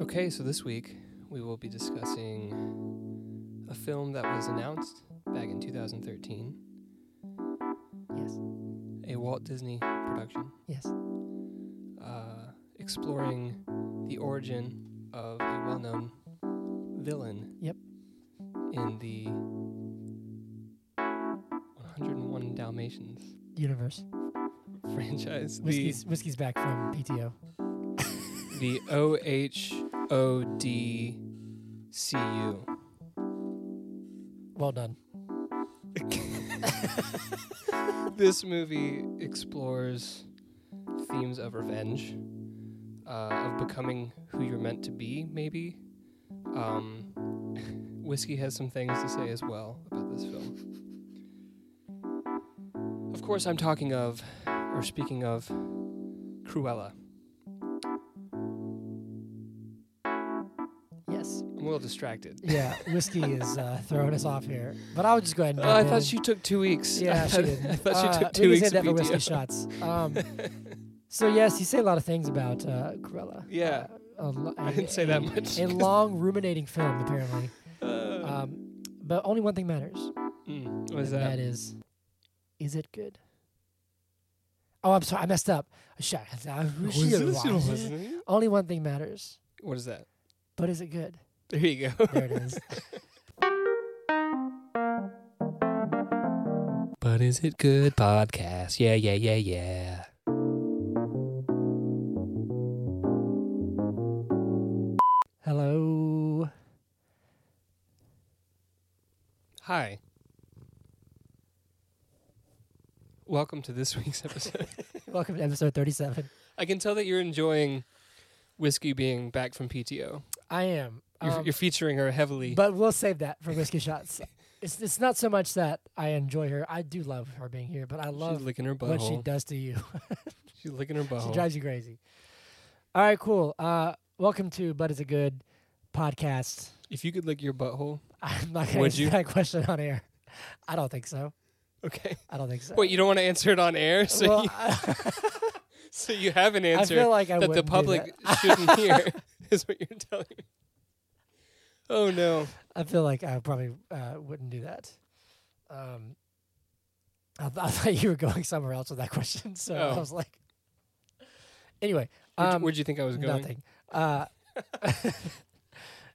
Okay, so this week we will be discussing a film that was announced back in 2013, Yes. a Walt Disney production, Yes. uh, exploring the origin of a well known villain. Yep. In the 101 Dalmatians Universe. franchise. The, Whiskey's whiskey's back from PTO. the O H O D C U. Well done. this movie explores themes of revenge, uh, of becoming who you're meant to be, maybe. Um, Whiskey has some things to say as well about this film. Of course, I'm talking of, or speaking of, Cruella. Yes. I'm a little distracted. Yeah. Whiskey is uh, throwing us off here, but I'll just go ahead and. Uh, I jump thought in. she took two weeks. Yeah, I she thought- did. Uh, I thought she took two we can weeks save of that for whiskey PTO. shots. Um, so yes, you say a lot of things about uh, Cruella. Yeah. Uh, a lo- I a- didn't say a- that much. A long ruminating film, apparently. Uh, Um, but only one thing matters. mm, what is and that? that is, is it good? Oh, I'm sorry, I messed up. Shut- Only one thing matters, What is that? but is it good? There you go. There it is. But is it good podcast? Yeah, yeah, yeah, yeah. Hello. Hi. Welcome to this week's episode. Welcome to episode 37. I can tell that you're enjoying whiskey being back from PTO. I am. You're, Um, you're featuring her heavily. But we'll save that for whiskey shots. It's it's not so much that I enjoy her. I do love her being here, but I she's love licking her what she butthole. does to you. she's licking her She butthole. drives you crazy. All right, cool. Uh, welcome to But Is It Good podcast. if you could lick your butthole, I'm not going to Would answer you? that question on air. I don't think so. okay. I don't think so. Wait, you don't want to answer it on air, so well, you, I, so you have an I answer feel like I that the wouldn't do public that. shouldn't hear. Is what you're telling me. Oh no. I feel like I probably uh, wouldn't do that. Um, I, th- I thought you were going somewhere else with that question, so I Oh. was like. Anyway, Where'd, um, where'd you think I was going? nothing. Uh,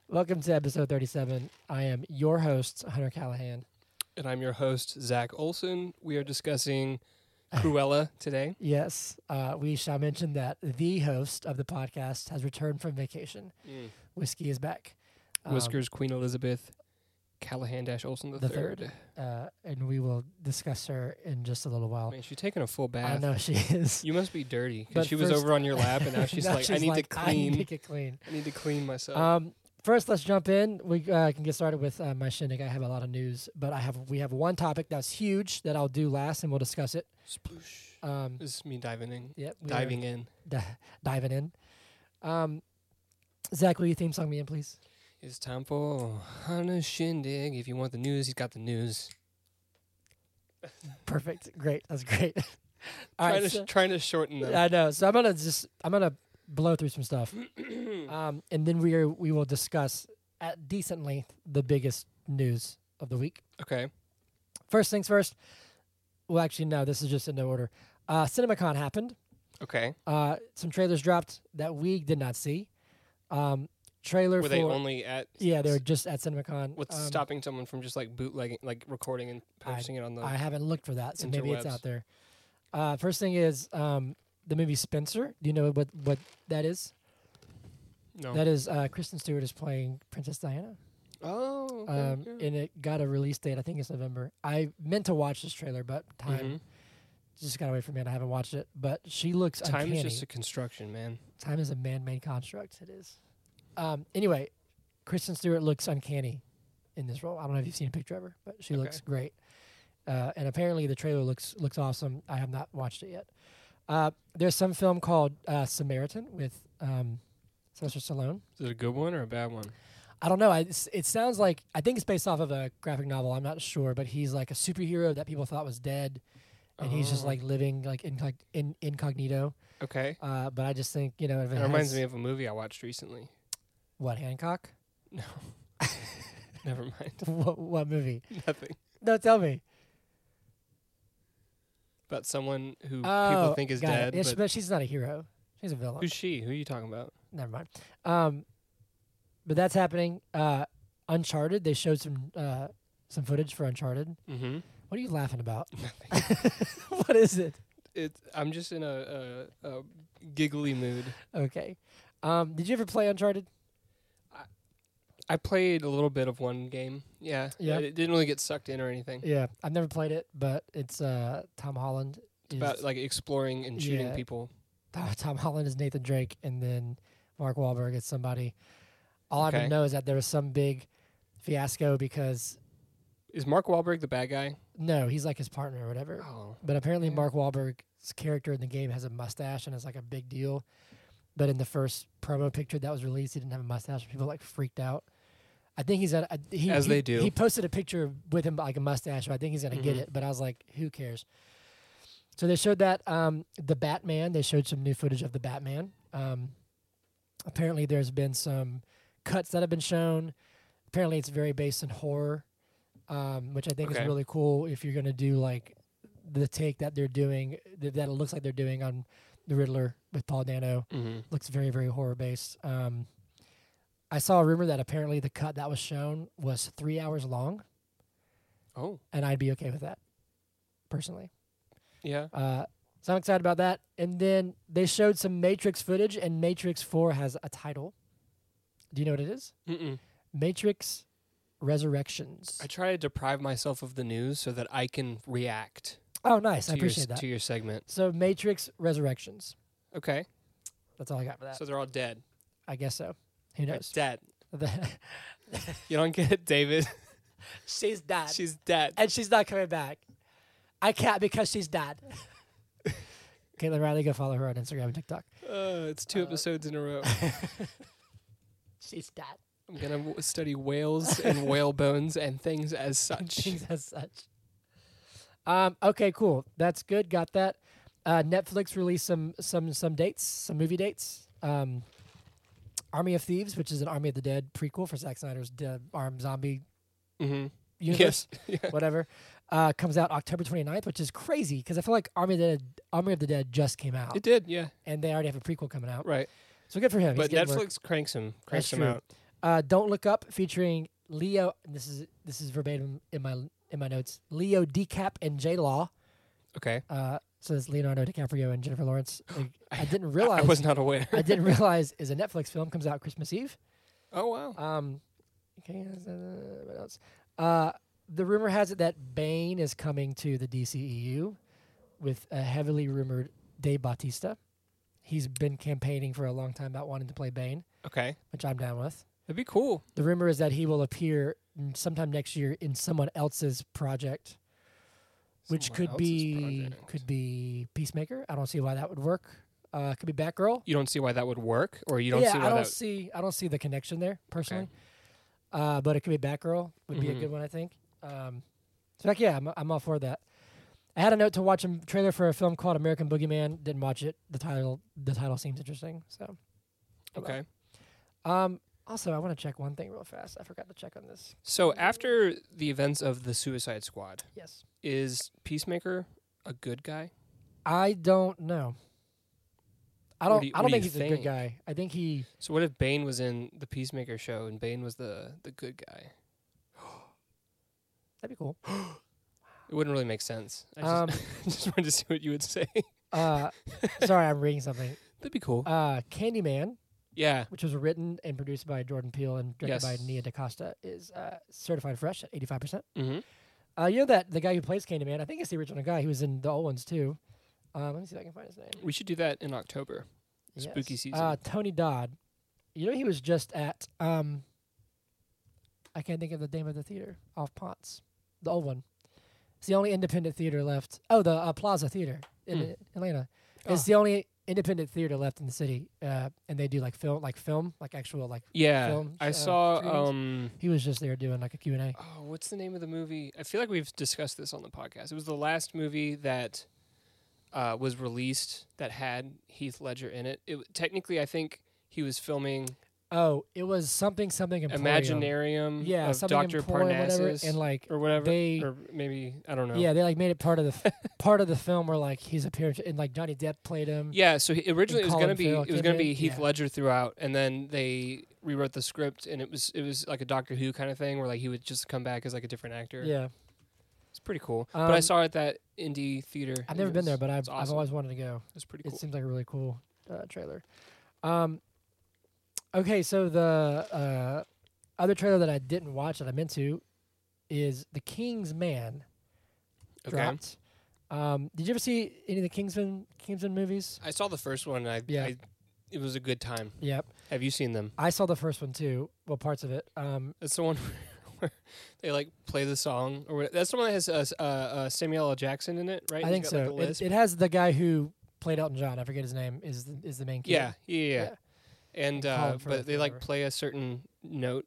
welcome to episode thirty-seven. I am your host, Hunter Callahan. And I'm your host, Zach Olson. We are discussing Cruella today. Yes, uh, we shall mention that the host of the podcast has returned from vacation. Mm. Whiskey is back. Um, Whiskers Queen Elizabeth Callahan Dash Olson the, the third. uh, and we will discuss her in just a little while. Man, she's taking a full I bath. know she is. You must be dirty But because she was first- over on your lap, and now she's Now like, "I need to "I need clean. Uh, I to need, get clean." to clean myself." Um, first, let's jump in. We uh, can get started with uh, my shindig. I have a lot of news, but I have we have one topic that's huge that I'll do last, and we'll discuss it. Sploosh. Um, This is me diving in, yep, we are diving in. di- diving in. Um, Zach, will you theme song me in, please? It's time for Hana Shindig. If you want the news, he's got the news. Perfect, great, that's great. All trying, right, to, so- sh- trying to shorten them. I know. So I'm gonna just I'm gonna blow through some stuff, Mm. um, and then we are we will discuss at decent length the biggest news of the week. okay. First things first. Well, actually, no. This is just in no order. Uh, CinemaCon happened. Okay. Uh, some trailers dropped that we did not see. Um, trailer Were for they only at? yeah, they were just at CinemaCon. What's Um, stopping someone from just like bootlegging, like recording and I- posting it on the? I haven't looked for that, so maybe it's Interwebs. out there. Uh, first thing is um, the movie Spencer. Do you know what what that is? no. That is uh, Kristen Stewart is playing Princess Diana, oh. okay, um, yeah. and it got a release date. I think it's November. I meant to watch this trailer, but time Mhm. just got away from me, and I haven't watched it. But she looks Time uncanny. is just a construction, man. time is a man-made construct. It is. Um, anyway, Kristen Stewart looks uncanny in this role. I don't know if you've seen a picture of her, but she looks great. Uh, and apparently, the trailer looks looks awesome. I have not watched it yet. Uh, there's some film called uh, Samaritan with um, Sylvester Stallone. Is it a good one or a bad one? I don't know. I, it's- it sounds like I think it's based off of a graphic novel. I'm not sure, but he's like a superhero that people thought was dead, and he's just Oh. like living like incog- in, incognito. Okay. Uh, but I just think you know, if it It reminds has- me of a movie I watched recently. What Hancock? No. Never mind. what, what movie? Nothing. No, tell me. About someone who Oh, people think is got it. dead. Yeah, she- but but she's not a hero. She's a villain. who's she? Who are you talking about? Never mind. Um, but that's happening. Uh, Uncharted. They showed some uh, some footage for Uncharted. Mm-hmm. What are you laughing about? Nothing. what is it? It, I'm just in a, a, a giggly mood. Okay. Um, did you ever play Uncharted? I played a little bit of one game. Yeah. Yeah. It didn't really get sucked in or anything. Yeah, I've never played it, but it's uh, Tom Holland. It's about like exploring and shooting Yeah. people. Ah, Tom Holland is Nathan Drake, and then Mark Wahlberg is somebody. All I Okay. would know is that there was some big fiasco because Is Mark Wahlberg the bad guy? no, he's like his partner or whatever. Oh. But apparently, Yeah. Mark Wahlberg's character in the game has a mustache, and it's like a big deal. But in the first promo picture that was released, he didn't have a mustache. People like freaked out. I think he's at I- he, As he- they do. He posted a picture with him like a mustache, so I think he's gonna get Mhm. it. But I was like, who cares? So they showed that um, the Batman. They showed some new footage of the Batman. Um, apparently, there's been some cuts that have been shown. Apparently, it's very based in horror, um, which I think Okay. is really cool. If you're gonna do like the take that they're doing, th- that it looks like they're doing on the Riddler with Paul Dano, Mm-hmm. looks very very horror based. Um, I saw a rumor that apparently the cut that was shown was three hours long, Oh. and I'd be okay with that, personally. Yeah. Uh, so I'm excited about that. And then they showed some Matrix footage, and Matrix 4 has a title. Do you know what it is? Mm-mm. Matrix Resurrections. I try to deprive myself of the news so that I can react oh, nice. I to, your, appreciate that. to your segment. So Matrix Resurrections. Okay. That's all I got for that. So they're all dead. I guess so. Who They're knows? Dead. The- You don't get it, David. she's dead, She's dead. and she's not coming back. I can't because she's dead. Caitlin Riley, go follow her on Instagram and TikTok. Uh, it's two Uh, episodes in a row. She's dead. I'm gonna w- study whales and whale bones and things as such. things as such. Um, okay, cool. That's good. Got that. Uh, Netflix released some some some dates, some movie dates. Um, Army of Thieves, which is an Army of the Dead prequel for Zack Snyder's dead arm zombie Mm-hmm. universe, Yes. Yeah. whatever, uh, comes out October 29th, which is crazy because I feel like Army of the Dead, Army of the Dead just came out It did. Yeah. and they already have a prequel coming out. Right. So good for him. He's But getting work. Netflix cranks him. Cranks That's him true. out. Uh, Don't Look Up featuring Leo. and This is this is verbatim in my in my notes. Leo DeCap and J Law. Okay. Uh, so it's Leonardo DiCaprio and Jennifer Lawrence. I, I I- didn't realize. I was not aware. I didn't realize is a Netflix film comes out Christmas Eve. oh wow. Um, okay, uh, what else? Uh, the rumor has it that Bane is coming to the DCEU with a heavily rumored Dave Bautista. He's been campaigning for a long time about wanting to play Bane, Okay. which I'm down with. That'd be cool. The rumor is that he will appear mm, sometime next year in someone else's project, which Someone could else's be project. could be Peacemaker. I don't see why that would work. Uh, could be Batgirl. You don't see why that would work, or you don't yeah, see why I don't that. see I don't see the connection there personally. Uh, but it could be Batgirl would be a Mhm. good one I think. Um, so like yeah, I'm I'm all for that. I had a note to watch a m- trailer for a film called American Boogeyman. Didn't watch it. The title the title seems interesting. So Oh okay. um, also I want to check one thing real fast. I forgot to check on this. So after the events of the Suicide Squad, Yes. is Peacemaker a good guy? I don't know. I What don't. do you- I what don't do you think he's a think? good guy. I think he. So what if Bane was in the Peacemaker show and Bane was the the good guy? That'd be cool. It wouldn't really make sense. I just, Um, just wanted to see what you would say. Uh, sorry, I'm reading something. That'd be cool. Uh, Candyman, yeah. which was written and produced by Jordan Peele and directed Yes. by Nia DaCosta, is uh, certified fresh at 85. percent Mm-hmm. uh, You know that the guy who plays Candyman, I think it's the original guy. He was in the old ones too. Uh, let me see if I can find his name. We should do that in October. Spooky season. Uh, Tony Dodd. You know he was just at. Um, I can't think of the name of the theater off Ponce, the old one. It's the only independent theater left. Oh, the uh, Plaza Theater in Hmm. uh, Atlanta. Ah. It's the only independent theater left in the city, uh, and they do like film, like film, like actual like. yeah. film I sh- uh, saw screenings? um He was just there doing like a Q and A. oh, what's the name of the movie? I feel like we've discussed this on the podcast. It was the last movie that uh, was released that had Heath Ledger in it. It w- technically I think he was filming Oh, it was something something Emporium. Imaginarium Yeah, of something Dr. Emporium, whatever, Parnassus and like or whatever. they- or maybe, I don't know. yeah, they like made it part of the f- part of the film where like he's appearing and like Johnny Depp played him. Yeah, so he, originally it was Colin gonna be Farrell it was came gonna in, be Heath yeah. Ledger throughout, and then they rewrote the script, and it was it was like a Doctor Who kind of thing where like he would just come back as like a different actor. Yeah. it's pretty cool. but I Um, saw it at that indie theater. I've and never it been there, was- but I've, it's I've awesome. always wanted to go. It was pretty cool. It seems like a really cool uh, trailer. Um, okay, so the uh, other trailer that I didn't watch that I meant to is The King's Man Okay. dropped. Um, did you ever see any of the Kingsman Kingsman movies? I saw the first one. And I, Yeah. I it was a good time. Yep, Have you seen them? I saw the first one too. Well, parts of it. Um, That's the one where they like play the song, or what- that's the one that has uh, s- uh, uh, Samuel L. Jackson in it, right? I He's think got, so. Like, a It- lisp. it, has the guy who played Elton John. I forget his name. Is the, is the main kid? yeah, yeah, yeah, yeah. Yeah. And Like uh, Colin Firth but they like or- play a certain note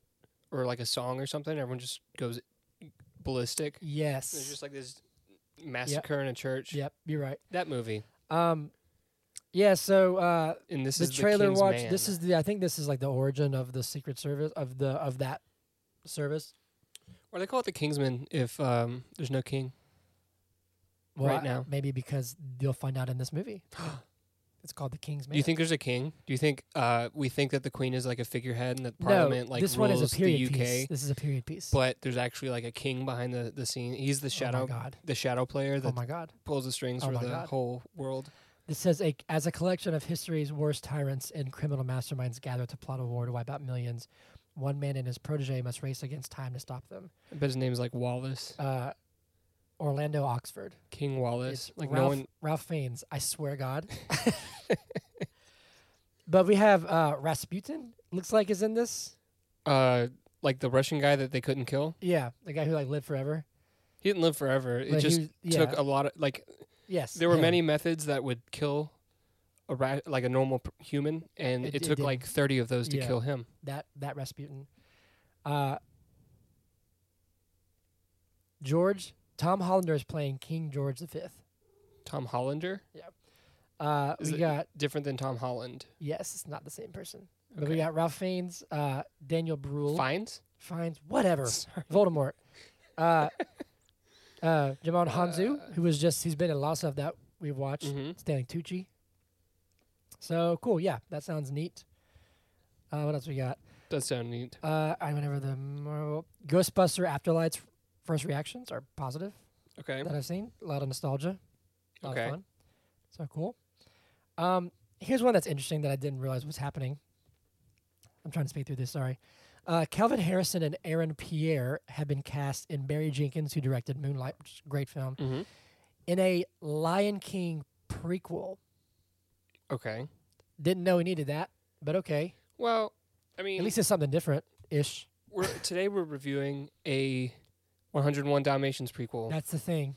or like a song or something. Everyone just goes ballistic. Yes. There's just like this massacre in a church. yep. You're right. That movie. Um, yeah. So uh, And this the is trailer the King's watch. Man. This is the. I think this is like the origin of the Secret Service of the of that service. or they call it the Kingsman if um, there's no king. Well, Right I- now. maybe because you'll find out in this movie. it's called the King's Man. Do you think there's a king? Do you think uh, we think that the queen is like a figurehead and that No, Parliament like this rules one is a period the UK? piece. This is a period piece. But there's actually like a king behind the, the scene. He's the shadow Oh my god. the shadow player Oh that my god. pulls the strings Oh for my the God. whole world. This says a, as a collection of history's worst tyrants and criminal masterminds gather to plot a war to wipe out millions. One man and his protege must race against time to stop them. I bet his name's like Wallace. Uh, Orlando Oxford. King Wallace. It's Like Ralph, no one Ralph Fiennes. I swear, God. but we have uh, Rasputin. Looks like is in this. uh like the Russian guy that they couldn't kill. Yeah, the guy who like lived forever. He didn't live forever. It But he just was- took yeah. a lot of like Yes, there were him. many methods that would kill a ra- like a normal p- human and It- it, it took did. like 30 of those to Yeah. kill him. that that Rasputin. Uh, George Tom Hollander is playing King George the Fifth. Tom Hollander? Uh, Is we it- got Different than Tom Holland. yes, it's not the same person. But we Okay. got Ralph Fiennes, uh, Daniel Bruhl, Fines? Fines, whatever. Voldemort. Uh, uh, Jamon Hanzu, who was just he's been in lots of that we've watched. hmm Stanley Tucci. So cool, yeah, that sounds neat. Uh, what else we got? Does sound neat. Uh, I went over the Marvel Ghostbuster Afterlight's first reactions are positive Okay. that I've seen. A lot of nostalgia, a lot Okay. of fun. So cool. Um, here's one that's interesting that I didn't realize was happening. I'm trying to speak through this. Sorry. Uh, Calvin Harrison and Aaron Pierre have been cast in Barry Jenkins, who directed Moonlight, which is a great film, Mhm. in a Lion King prequel. Okay. Didn't know we needed that, but okay. Well, I mean At least it's something different ish. we're today we're reviewing a 101 Dalmatians prequel, That's the thing.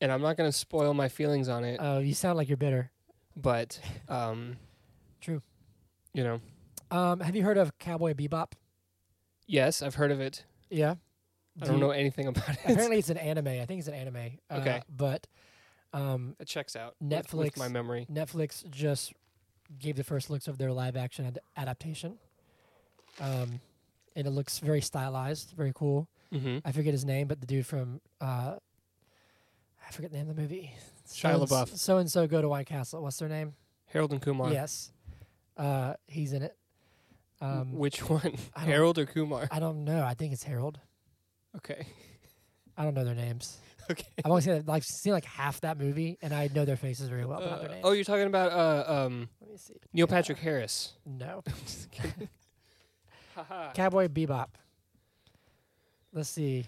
and I'm not going to spoil my feelings on it, Oh, you sound like you're bitter. but um, True. you know, Um, have you heard of Cowboy Bebop? yes, I've heard of it. Yeah. I Do don't you- know anything about it. Apparently, it's an anime. I think it's an anime. Uh, Okay. But um, It checks out with- with Netflix. my memory. Netflix just gave the first looks of their live action ad- adaptation. Um, and it looks very stylized, very cool. Mm-hmm. I forget his name, but the dude from uh, I forget the name of the movie. Shia So-and-so- LaBeouf. So and so go to White Castle. What's their name? Harold and Kumar. Yes. Uh, he's in it. W- Um, Which one, I don't- Harold or Kumar? I don't know. I think it's Harold. Okay. I don't know their names. Okay. I've only seen it- like seen like half that movie, and I know their faces very well, but not their Uh, names. oh, you're talking about uh, um, Let me see. Neil Yeah. Patrick Harris. No, Just kidding. Haha. Cowboy Bebop. Let's see.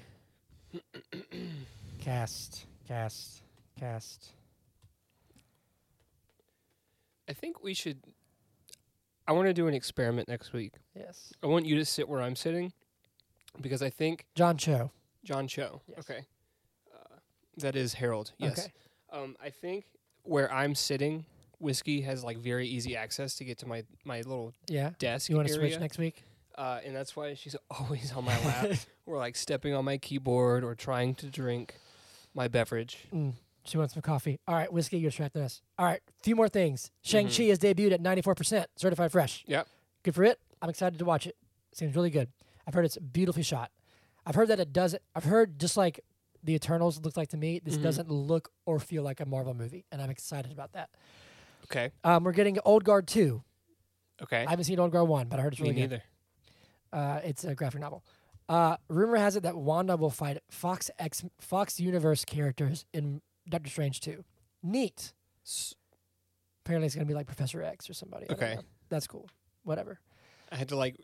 cast, cast, cast. I think we should. I want to do an experiment next week. Yes, I want you to sit where I'm sitting because I think John Cho. John Cho. Yes. Okay. Uh, that is Harold. Yes. Okay. Um, I think where I'm sitting, whiskey has like very easy access to get to my, my little Yeah. desk You want to area. switch next week? Uh, and that's why she's always on my lap or like stepping on my keyboard or trying to drink my beverage. Mm, she wants some coffee. All right, whiskey, you're distracting us. All right, few more things. Shang Chi has debuted at 94% certified fresh. Mm-hmm. Yep. Good for it. I'm excited to watch it. Seems really good. I've heard it's beautifully shot. I've heard that it doesn't. I've heard just like the Eternals looks like to me. This Mhm. doesn't look or feel like a Marvel movie, and I'm excited about that. Okay. Um, we're getting Old Guard two. Okay. I haven't seen Old Guard one, but I heard it's Me really good. neither. Uh, it's a graphic novel. Uh, rumor has it that Wanda will fight Fox X Fox Universe characters in Doctor Strange 2. Neat. S- Apparently, it's gonna be like Professor X or somebody. I don't Okay. know. that's cool. Whatever. I had to like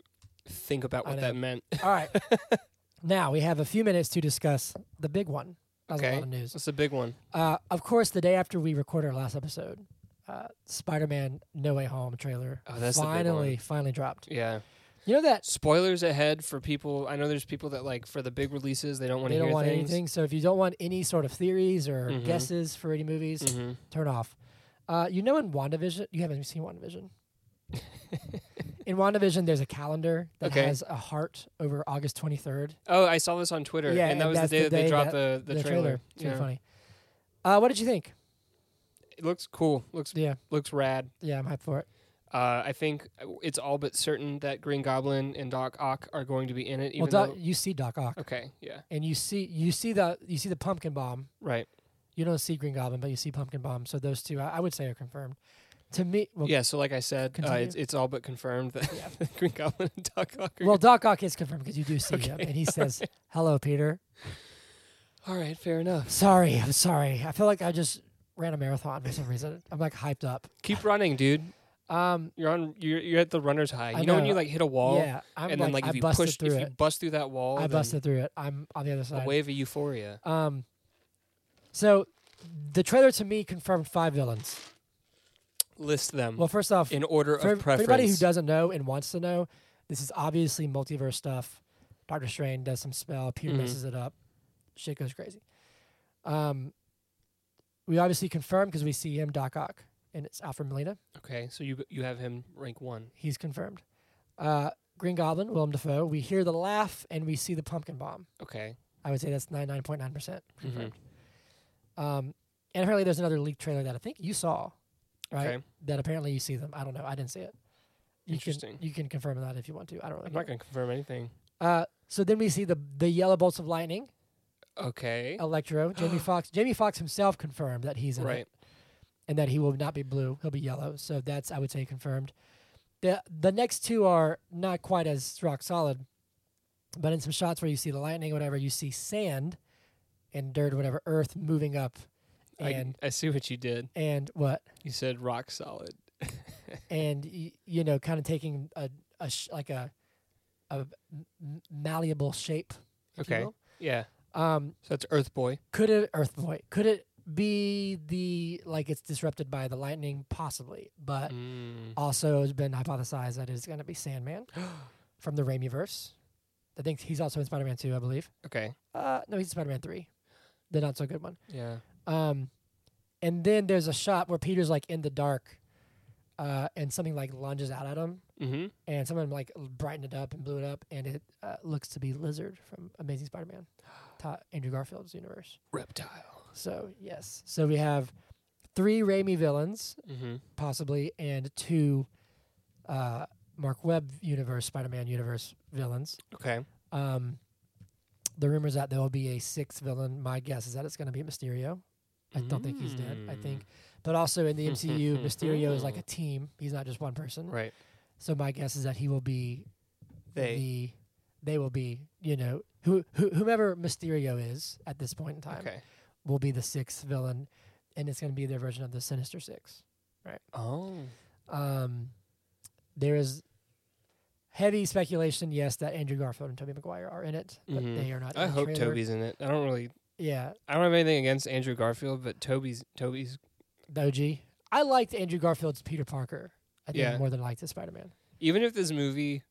think about I what know. that meant. All right. now we have a few minutes to discuss the big one. That was a Okay. lot of news. That's a big one. Uh, of course, the day after we recorded our last episode, uh, Spider-Man: No Way Home trailer Oh, that's the big one. finally finally dropped. Yeah. You know that Spoilers ahead for people. I know there's people that like for the big releases they don't want to hear they don't want things. anything. So if you don't want any sort of theories or Mhm. guesses for any movies, Mhm. turn off. Uh, you know, in WandaVision, you haven't seen WandaVision. in WandaVision, there's a calendar that Okay. has a heart over August 23rd. Oh, I saw this on Twitter, Yeah, and that and was the that's day the that they day dropped the, the, The trailer. It's really Yeah. funny. Uh, what did you think? It looks cool. Looks Yeah, looks rad. yeah, I'm hyped for it. Uh, I think it's all but certain that Green Goblin and Doc Ock are going to be in it. Even well, Doc, though, you see Doc Ock, okay, yeah, and you see you see the you see the pumpkin bomb. right, You don't see Green Goblin, but you see pumpkin bomb. So those two, I, I would say, are confirmed. To me, well, yeah. So like I said, uh, continue. it's it's all but confirmed that Green Goblin and Doc Ock. Are well, Doc Ock is confirmed because you do see him, Okay, and he says, "Hello, Peter." all right, fair enough. Sorry, I'm sorry. I feel like I just ran a marathon for some reason. I'm like hyped up. Keep running, dude. Um, You're on. You're, you're at the runner's high. You I know, when know. you like hit a wall, yeah, I'm and like, then like I if you busted push, through if you it. bust through that wall, I then Oh, busted through it. I'm on the other a side. wave of euphoria. Um, so the trailer to me confirmed five villains. List them Well, first off, Mm. in order for, of for preference. anybody who doesn't know and wants to know, this is obviously multiverse stuff. Doctor Strange does some spell. Peter Mhm. messes it up. Shit goes crazy. Um, we obviously confirmed because we see him, Doc Ock, and it's Alfred Molina. Okay, so you you have him rank one. He's confirmed. Uh, Green Goblin, Willem Dafoe. We hear the laugh and we see the pumpkin bomb. Okay, I would say that's 99.9% confirmed. Mhm. Um, and apparently there's another leaked trailer that I think you saw, right? okay. That apparently you see them. I don't know. I didn't see it. You Interesting. Can, you can confirm that if you want to. I don't really I'm know. not gonna confirm anything. Uh, so then we see the the yellow bolts of lightning, Okay, Electro, Jamie Fox. Jamie Fox himself confirmed that he's in it. right. and that he will not be blue. He'll be yellow. So that's I would say confirmed. The the next two are not quite as rock solid, but in some shots where you see the lightning, whatever, you see sand and dirt, whatever, earth moving up, I, and I see what you did. and what You said rock solid. and y- you know kind of taking a a sh- like a a m- m- malleable shape. if you Okay. will. Yeah. Um, So that's Earth Boy. Could it Earth Boy? Could it be the like it's disrupted by the lightning? Possibly, but Mm. also has been hypothesized that it's going to be Sandman from the Raimiverse. I think he's also in Spider-Man 2, I believe. Okay. Uh, no, he's in Spider-Man 3, the not so good one. Yeah. Um, and then there's a shot where Peter's like in the dark, uh, and something like lunges out at him, Mm-hmm. and someone like l- brightened it up and blew it up, and it uh, looks to be Lizard from Amazing Spider-Man, Ta- Andrew Garfield's universe. Reptile. So yes, so we have three Raimi villains Mm-hmm. possibly, and two uh, Mark Webb universe Spider-Man universe villains. Okay. Um, the rumors that there will be a sixth villain. My guess is that it's going to be Mysterio. I don't think he's dead. I think, Hmm. but also in the MCU, Mysterio is like a team. He's not just one person. Mm. Right. So my guess is that he will be They. the they will be you know who, who whomever Mysterio is at this point in time okay. will be the sixth villain, and it's going to be their version of the Sinister Six. Oh. Um, there is heavy speculation, yes, that Andrew Garfield and Tobey Maguire are in it, but Mhm. they are not. I in the hope trailer. Toby's in it. I don't really. Yeah, I don't have anything against Andrew Garfield, but Toby's Toby's the OG. I liked Andrew Garfield's Peter Parker. I think Yeah. more than I liked his Spider Man. even if this movie,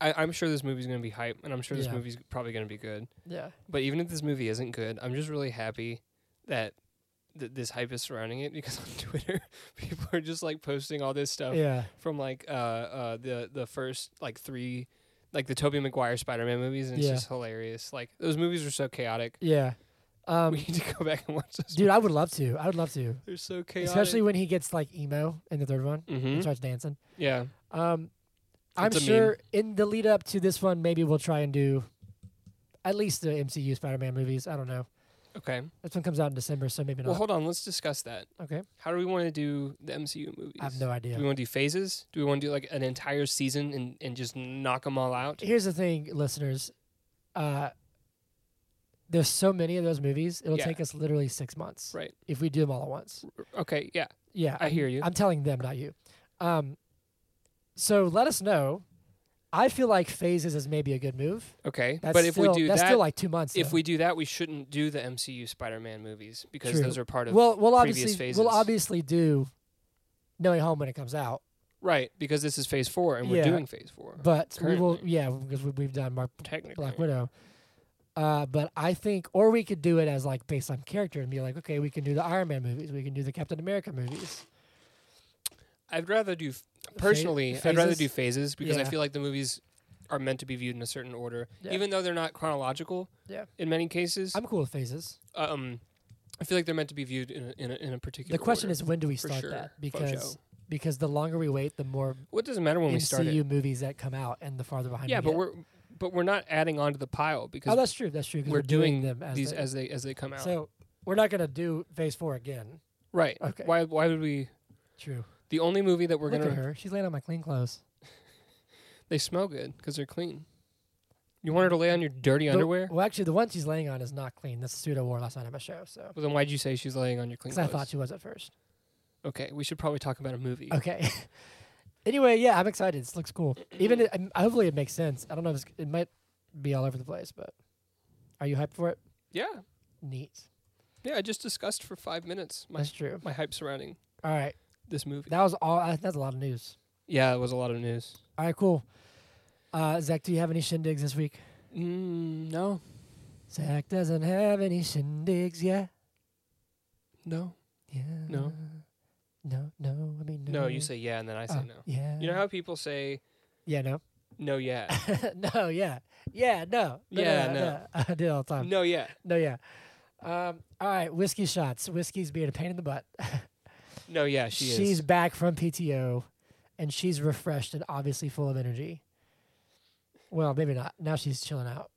I, I'm sure this movie's gonna be hype, and I'm sure this Yeah. movie's probably gonna be good. Yeah, But even if this movie isn't good, I'm just really happy that th- this hype is surrounding it because on Twitter, people are just like posting all this stuff yeah, from like uh, uh, the the first like three, like the Tobey Maguire Spider-Man movies, and Yeah. it's just hilarious. Like those movies are so chaotic. yeah. Um, we need to go back and watch those. dude, I would love to. I would love to, They're so chaotic. especially when he gets like emo in the third one and mm-hmm. starts dancing. yeah, Um, I'm It's a meme. sure in the lead up to this one, maybe we'll try and do at least the MCU Spider-Man movies. I don't know. Okay. This one comes out in December, so maybe Well, not. hold on. Let's discuss that. okay, How do we want to do the MCU movies? I have no idea. Do we want to do phases? Do we want to do like an entire season and, and just knock them all out? Here's the thing, listeners. Uh, there's so many of those movies. It'll Yeah. take us literally six months Right. if we do them all at once. Okay. Yeah. Yeah, I hear you. I'm telling them, not you. Um, so let us know. I feel like phases is maybe a good move. Okay. That's but if still, we do that's that, still like two months. if though. we do that, we shouldn't do the MCU Spider-Man movies because True. those are part of well, we'll previous obviously phases. we'll obviously do No Way Home when it comes out, right because this is Phase Four and we're Yeah. doing Phase Four. but we will Currently. yeah because we, we've done Mark technically, Black Widow. Uh, but I think, or we could do it as like based on character and be like, okay, we can do the Iron Man movies, we can do the Captain America movies. I'd rather do f- personally. I'd rather phases? do phases because I Yeah. feel like the movies are meant to be viewed in a certain order, Yeah. even though they're not chronological. Yeah. In many cases, I'm cool with phases. um, I feel like they're meant to be viewed in a, in a, in a particular. The question order, is, when do we for start sure, that? for Because show. because the longer we wait, the more what does it matter when we start MCU it? movies that come out, and the farther behind. Yeah, we but get. we're but we're not adding on to the pile because oh, that's true. That's true. 'cause we're, doing, them as, these they- as they as they come out. so we're not gonna do Phase Four again. right. Okay. Why why would we? True. The only movie that we're Look gonna at her. She's laying on my clean clothes. they smell good because they're clean. You want her to lay on your dirty The- underwear? Well, actually, the one she's laying on is not clean. That's the suit I wore last night at my show. So Well, then why'd you say she's laying on your clean because clothes? I thought she was at first. Okay, we should probably talk about a movie. Okay. anyway, yeah, I'm excited. This looks cool. Even it, um, hopefully it makes sense. I don't know. If it's, it might be all over the place, but are you hyped for it? Yeah, Neat. yeah. I just discussed for five minutes my That's true. my hype surrounding All right. this movie. That was all. Uh, that's a lot of news. Yeah, it was a lot of news. All right, cool. Uh, Zach, do you have any shindigs this week? Mm, no, Zach doesn't have any shindigs yet. no, Yeah. No. No, no. I mean, no. no. You say yeah, and then I say Oh, no. Yeah. You know how people say Yeah, no. no, yeah, no, yeah. Yeah, no. no Yeah, no. no. I did it all the time. no, yeah. No, yeah. Um, all right, whiskey shots. Whiskey's being a pain in the butt. No, yeah, she she's is. back from PTO, and she's refreshed and obviously full of energy. Well, maybe not. Now she's chilling out.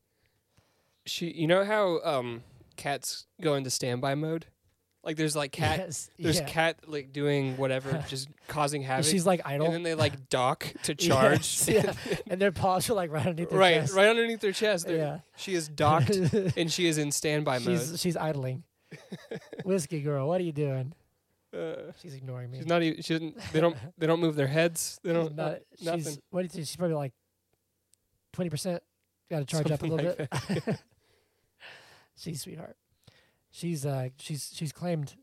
She. You know how um cats go into standby mode? Like there's like cat. Yes, There's yeah. cat like doing whatever, just causing havoc. She's like idle. and then they like dock to charge. Yes, yeah. and their paws are like right underneath their right, chest. right underneath their chest. They're- Yeah. She is docked and she is in standby she's she's idling. Whiskey girl, what are you mode. doing? Uh, She's ignoring me. she's not even. She doesn't. They don't. They don't move their heads. They She's don't. not- nothing. she's- what do you think? She's probably like twenty percent. Got to charge up a Something little like bit. she's sweetheart. She's uh she's she's claimed.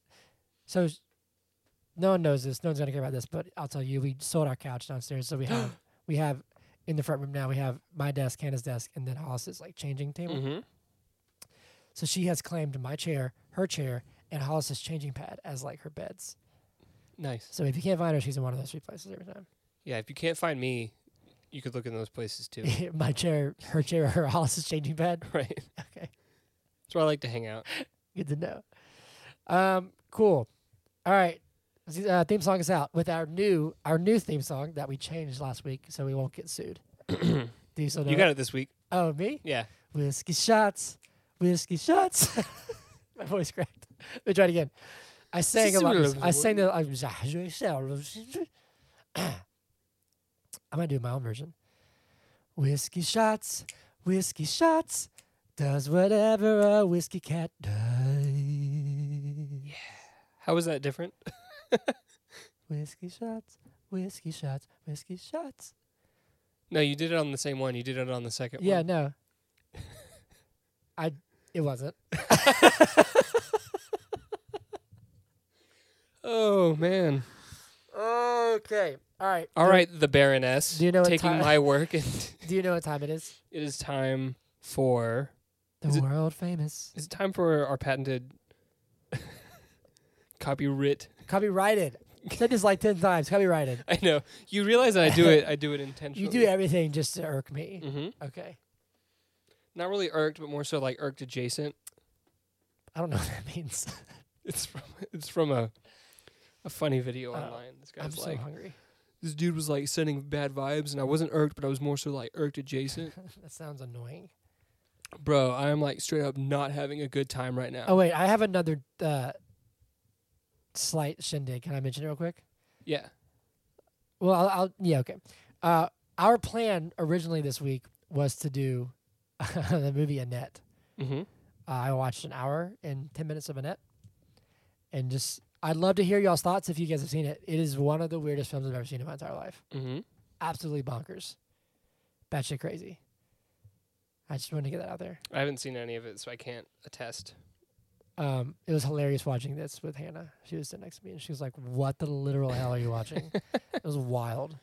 So sh- no one knows this. No one's gonna care about this. But I'll tell you, we sold our couch downstairs, so we have we have in the front room now. We have my desk, Hannah's desk, and then Hollis's like changing table. hmm So she has claimed my chair, her chair, and Hollis's changing pad as like her beds. Nice. So if you can't find her, she's in one of those three places every time. Yeah. If you can't find me, you could look in those places too. my chair, her chair, her Hollis's changing pad. right. Okay. That's where I like to hang out. Good to know. Um, cool. All right. Z- Uh, theme song is out with our new our new theme song that we changed last week, so we won't get sued. Do you still know? You got it this week. Oh, me? Yeah. Whiskey shots, whiskey shots. My voice cracked. Let me try it again. I sang a lot. I sang the. I'm gonna do my own version. Whiskey shots, whiskey shots, does whatever a whiskey cat does. How is that different? Whiskey shots, whiskey shots, whiskey shots. No, you did it on the same one. You did it on the second Yeah, one. no. I. It wasn't. Oh man. Okay. All right. All right, the Baroness. do you know what taking ti- my work and Do you know what time it is? it is time for The Is it- world famous. is it time for our patented copyright Copyrighted. Said this like ten times. Copyrighted. I know. You realize that I do it I do it intentionally. You do everything just to irk me. hmm Okay. Not really irked, but more so like irked adjacent. I don't know what that means. It's from it's from a a funny video Oh, online. This I'm guy's so like hungry. this dude was like sending bad vibes, and I wasn't irked, but I was more so like irked adjacent. that sounds annoying. Bro, I am like straight up not having a good time right now. Oh wait, I have another uh, slight shindig. Can I mention it real quick? Yeah. Well, I'll, I'll yeah, okay. Uh, our plan originally this week was to do the movie Annette. Mm-hmm. Uh, I watched an hour and ten minutes of Annette, and just I'd love to hear y'all's thoughts if you guys have seen it. It is one of the weirdest films I've ever seen in my entire life. Mm-hmm. Absolutely bonkers, batshit crazy. I just wanted to get that out there. I haven't seen any of it, so I can't attest. Um, it was hilarious watching this with Hannah. She was sitting next to me, and she was like, "What the literal hell are you watching?" it was wild.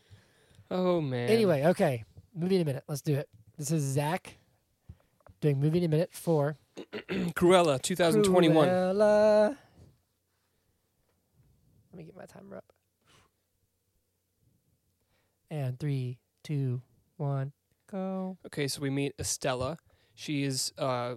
Oh man. Anyway, okay. Movie in a minute. Let's do it. This is Zach doing movie in a minute for Cruella, 2021. Cruella. Let me get my timer up. And three, two, one, go. Okay, so we meet Estella. She is uh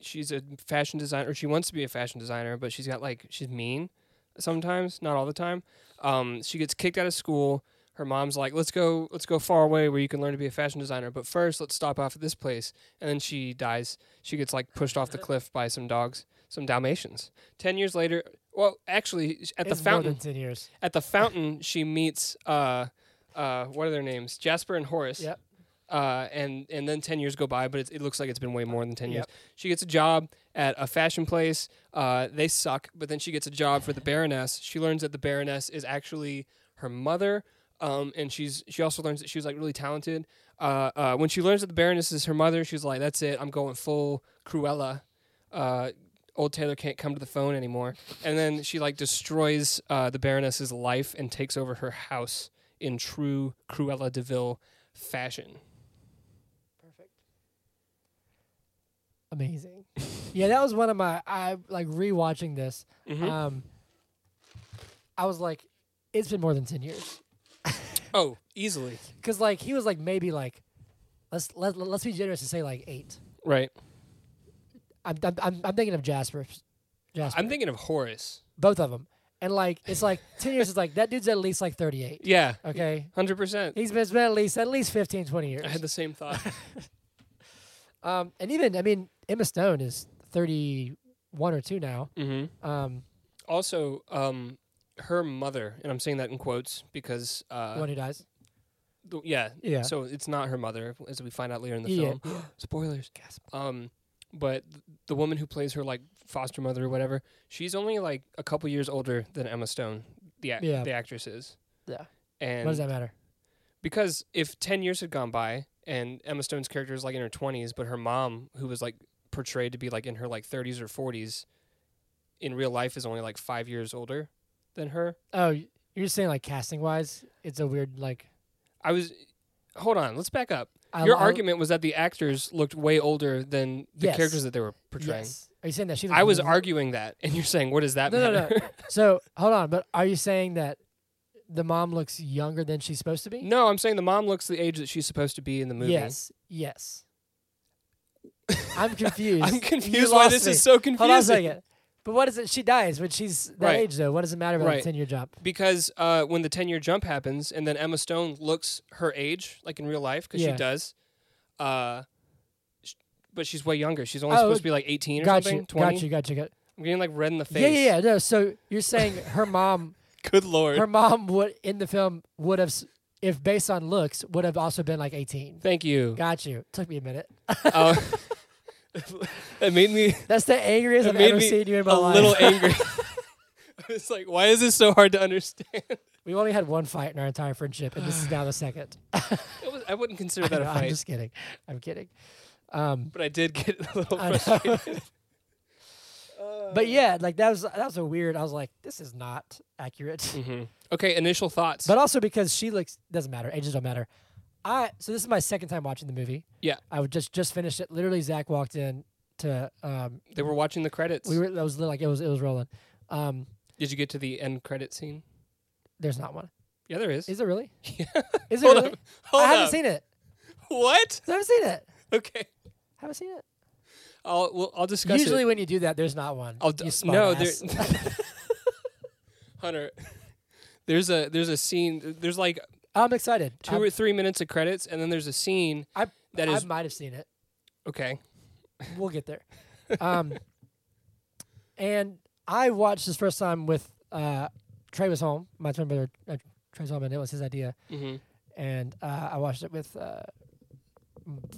she's a fashion designer or she wants to be a fashion designer, but she's got like she's mean sometimes, not all the time. Um she gets kicked out of school. Her mom's like, "Let's go let's go far away where you can learn to be a fashion designer, but first let's stop off at this place." And then she dies. She gets like pushed off the cliff by some dogs, some Dalmatians. 10 years later, well, actually at It's the more fountain than ten years. at the fountain she meets uh uh what are their names jasper and horace Yep. uh, and and then ten years go by, but it, it looks like it's been way more than ten years. Yep. She gets a job at a fashion place. Uh, they suck, but then she gets a job for the Baroness. She learns that the Baroness is actually her mother, um, and she's she also learns that she was like really talented. Uh, uh, when she learns that the Baroness is her mother, she's like, "That's it, I'm going full Cruella." Uh, Old Taylor can't come to the phone anymore, and then she like destroys uh, the Baroness's life and takes over her house in true Cruella Deville fashion. Perfect. Amazing. yeah, that was one of my I like rewatching this. Mhm. Um, I was like, it's been more than ten years. oh, easily. Cause like he was like maybe like, let's let let's be generous and say like eight. Right. I'm I'm I'm, I'm thinking of Jasper, Jasper, I'm thinking of Horace. both of them, and like it's like ten years is like that dude's at least like thirty eight. Yeah. Okay, 100%. he's been, it's been at least at least 15, 20 years. I had the same thought. um, and even I mean Emma Stone is thirty one or two now. mm-hmm. Um, Also, um, her mother, and I'm saying that in quotes because, the uh, one who dies. th- yeah, Yeah. So it's not her mother, as we find out later in the yeah. film. Spoilers. Um, but th- the woman who plays her like foster mother or whatever, she's only like a couple years older than Emma Stone, the ac- Yeah. the actress is. Yeah. And What does that matter? because if 10 years had gone by and Emma Stone's character is like in her 20s but her mom who was like portrayed to be like in her like 30s or 40s in real life is only like 5 years older than her Oh, y- you're just saying like casting wise, it's a weird like. I was hold on let's back up I, your I- argument was that the actors looked way older than the Yes. characters that they were portraying Yes. Are you saying that she? I was li- arguing that and you're saying what does that Mm-hmm. No, no, matter So hold on, but are you saying that the mom looks younger than she's supposed to be? no I'm saying the mom looks the age that she's supposed to be in the movie Yes. Yes. I'm confused. I'm You confused why lost this me. is so Hold on a confusing second. But what is it? She dies when she's that Right. age, though. What does it matter about Right. a ten-year jump? because uh, when the 10 year jump happens and then Emma Stone looks her age, like in real life, because Yeah. she does, uh, sh- but she's way younger. She's only Oh, supposed to be like 18 or Got something, you. 20. Got you. Got you. Got. I'm getting like red in the face. Yeah, yeah, yeah. No. So you're saying her mom, Good lord. her mom would in the film would have, s- if based on looks, would have also been like 18. Thank you. Got you. Took me a minute. Uh, it made me That's the angriest It I've made ever me seen you in my a life. little angry. I was like, why is this so hard to understand? We've only had one fight in our entire friendship, and this is now the second. It was, I wouldn't consider that No, a I'm fight, just kidding. I'm kidding. Um, but I did get a little I know. frustrated. Uh. but yeah, like that was that was a weird. I was like, this is not accurate. hmm Okay, initial thoughts. but also because she looks doesn't matter. Ages don't matter. I so this is my second time watching the movie. Yeah. I would just just finished it. Literally, Zach walked in to um, they were watching the credits. we were that was like it was it was rolling. Um, Did you get to the end credit scene? there's not one. Yeah, there is. Is it really? Yeah. Is it Hold really? up. Hold I haven't up. seen it. What? I haven't seen it. Okay. Haven't seen it. I'll we'll, I'll discuss Usually, it. when you do that, there's not one. I'll Oh, d- you smart no, ass. there, Hunter. There's a there's a scene. There's like I'm excited. 2 I'm- or three minutes of credits, and then there's a scene I- that is I might have seen it. okay. We'll get there. Um, and I watched this first time with uh, Trey was home. My twin brother uh, Trey's home, and it was his idea. hmm And uh, I watched it with uh,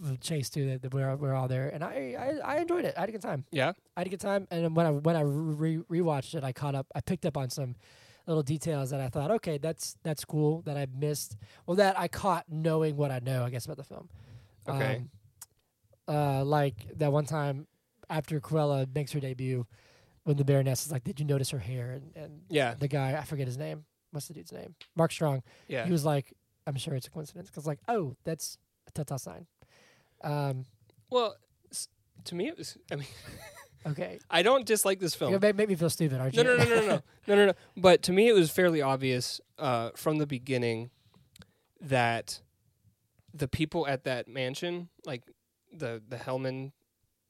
with Chase too. That that we're we're all there, and I, I I enjoyed it. I had a good time. Yeah. I had a good time, and then when I when I re- rewatched it, I caught up. I picked up on some little details that I thought, okay, that's that's cool that I missed. Well, that I caught knowing what I know, I guess, about the film. Okay. Um, uh, like that one time after Cruella makes her debut, when the Baroness is like, "Did you notice her hair?" and, and Yeah. the guy, I forget his name. What's the dude's name? Mark Strong. Yeah. He was like, "I'm sure it's a coincidence," because like, oh, that's a Tata sign. Um, Well, s- to me, it was. I mean, okay, I don't dislike this you film. know, make, make me feel stupid, aren't Oh. No, you? no, no, no, no, no, no, no, no. But to me, it was fairly obvious uh, from the beginning that the people at that mansion, like the the Hellman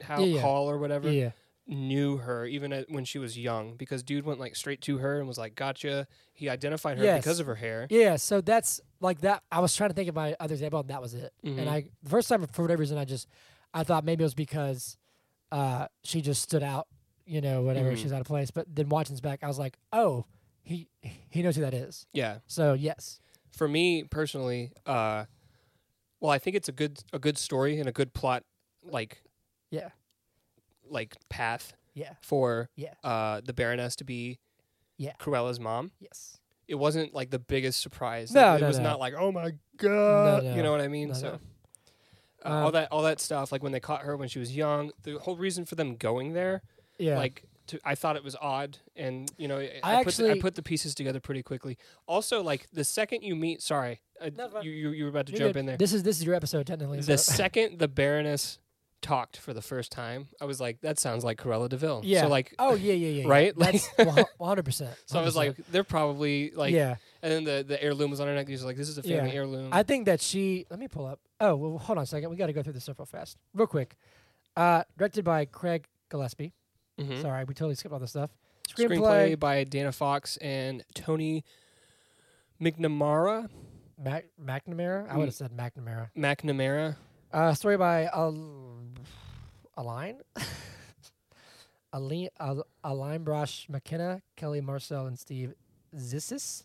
how, Yeah, yeah. Hall or whatever, yeah. knew her even at, when she was young because dude went like straight to her and was like, "Gotcha." He identified her Yes. because of her hair. Yeah, so that's like that. I was trying to think of my other example, and that was it. Mhm. And I the first time for whatever reason, I just I thought maybe it was because uh, she just stood out, you know, whatever Mhm. she's out of place. But then watching this back, I was like, oh, he he knows who that is. Yeah. So yes, For me personally, uh, well, I think it's a good a good story and a good plot like yeah, like path yeah, for Yeah. uh, the Baroness to be Yeah. Cruella's mom. yes. It wasn't like the biggest surprise. No, Like, it no, was no. not like oh my god, No, you no. know what I mean. No, so. no. Uh, all Um, that, all that stuff. Like when they caught her when she was young, the whole reason for them going there Yeah, like to, I thought it was odd, and you know, I, I put the, I actually- put the pieces together pretty quickly. Also, like the second you meet, sorry, uh, No, it's fine. you, you you were about to You're jump good. in there. This is this is your episode technically. the so- second the Baroness talked for the first time, I was like, that sounds like Corella Deville. yeah. So like, oh yeah, yeah, yeah, yeah. right? Like- That's one hundred percent. so I was like, they're probably like, mm. yeah. and then the the heirloom was on her neck. He was like, this is a family Yeah. heirloom. I think that she. Let me pull up. Oh, well, hold on a second. We got to go through this stuff real fast, real quick. Uh, directed by Craig Gillespie. Mhm. Sorry, we totally skipped all this stuff. Screenplay. Screenplay. by Dana Fox and Tony McNamara. Mac- McNamara. I would have said McNamara. McNamara. Uh, story by Al- Aline. Aline, Al- Aline Brosh McKenna, Kelly Marcel, and Steve Zissis.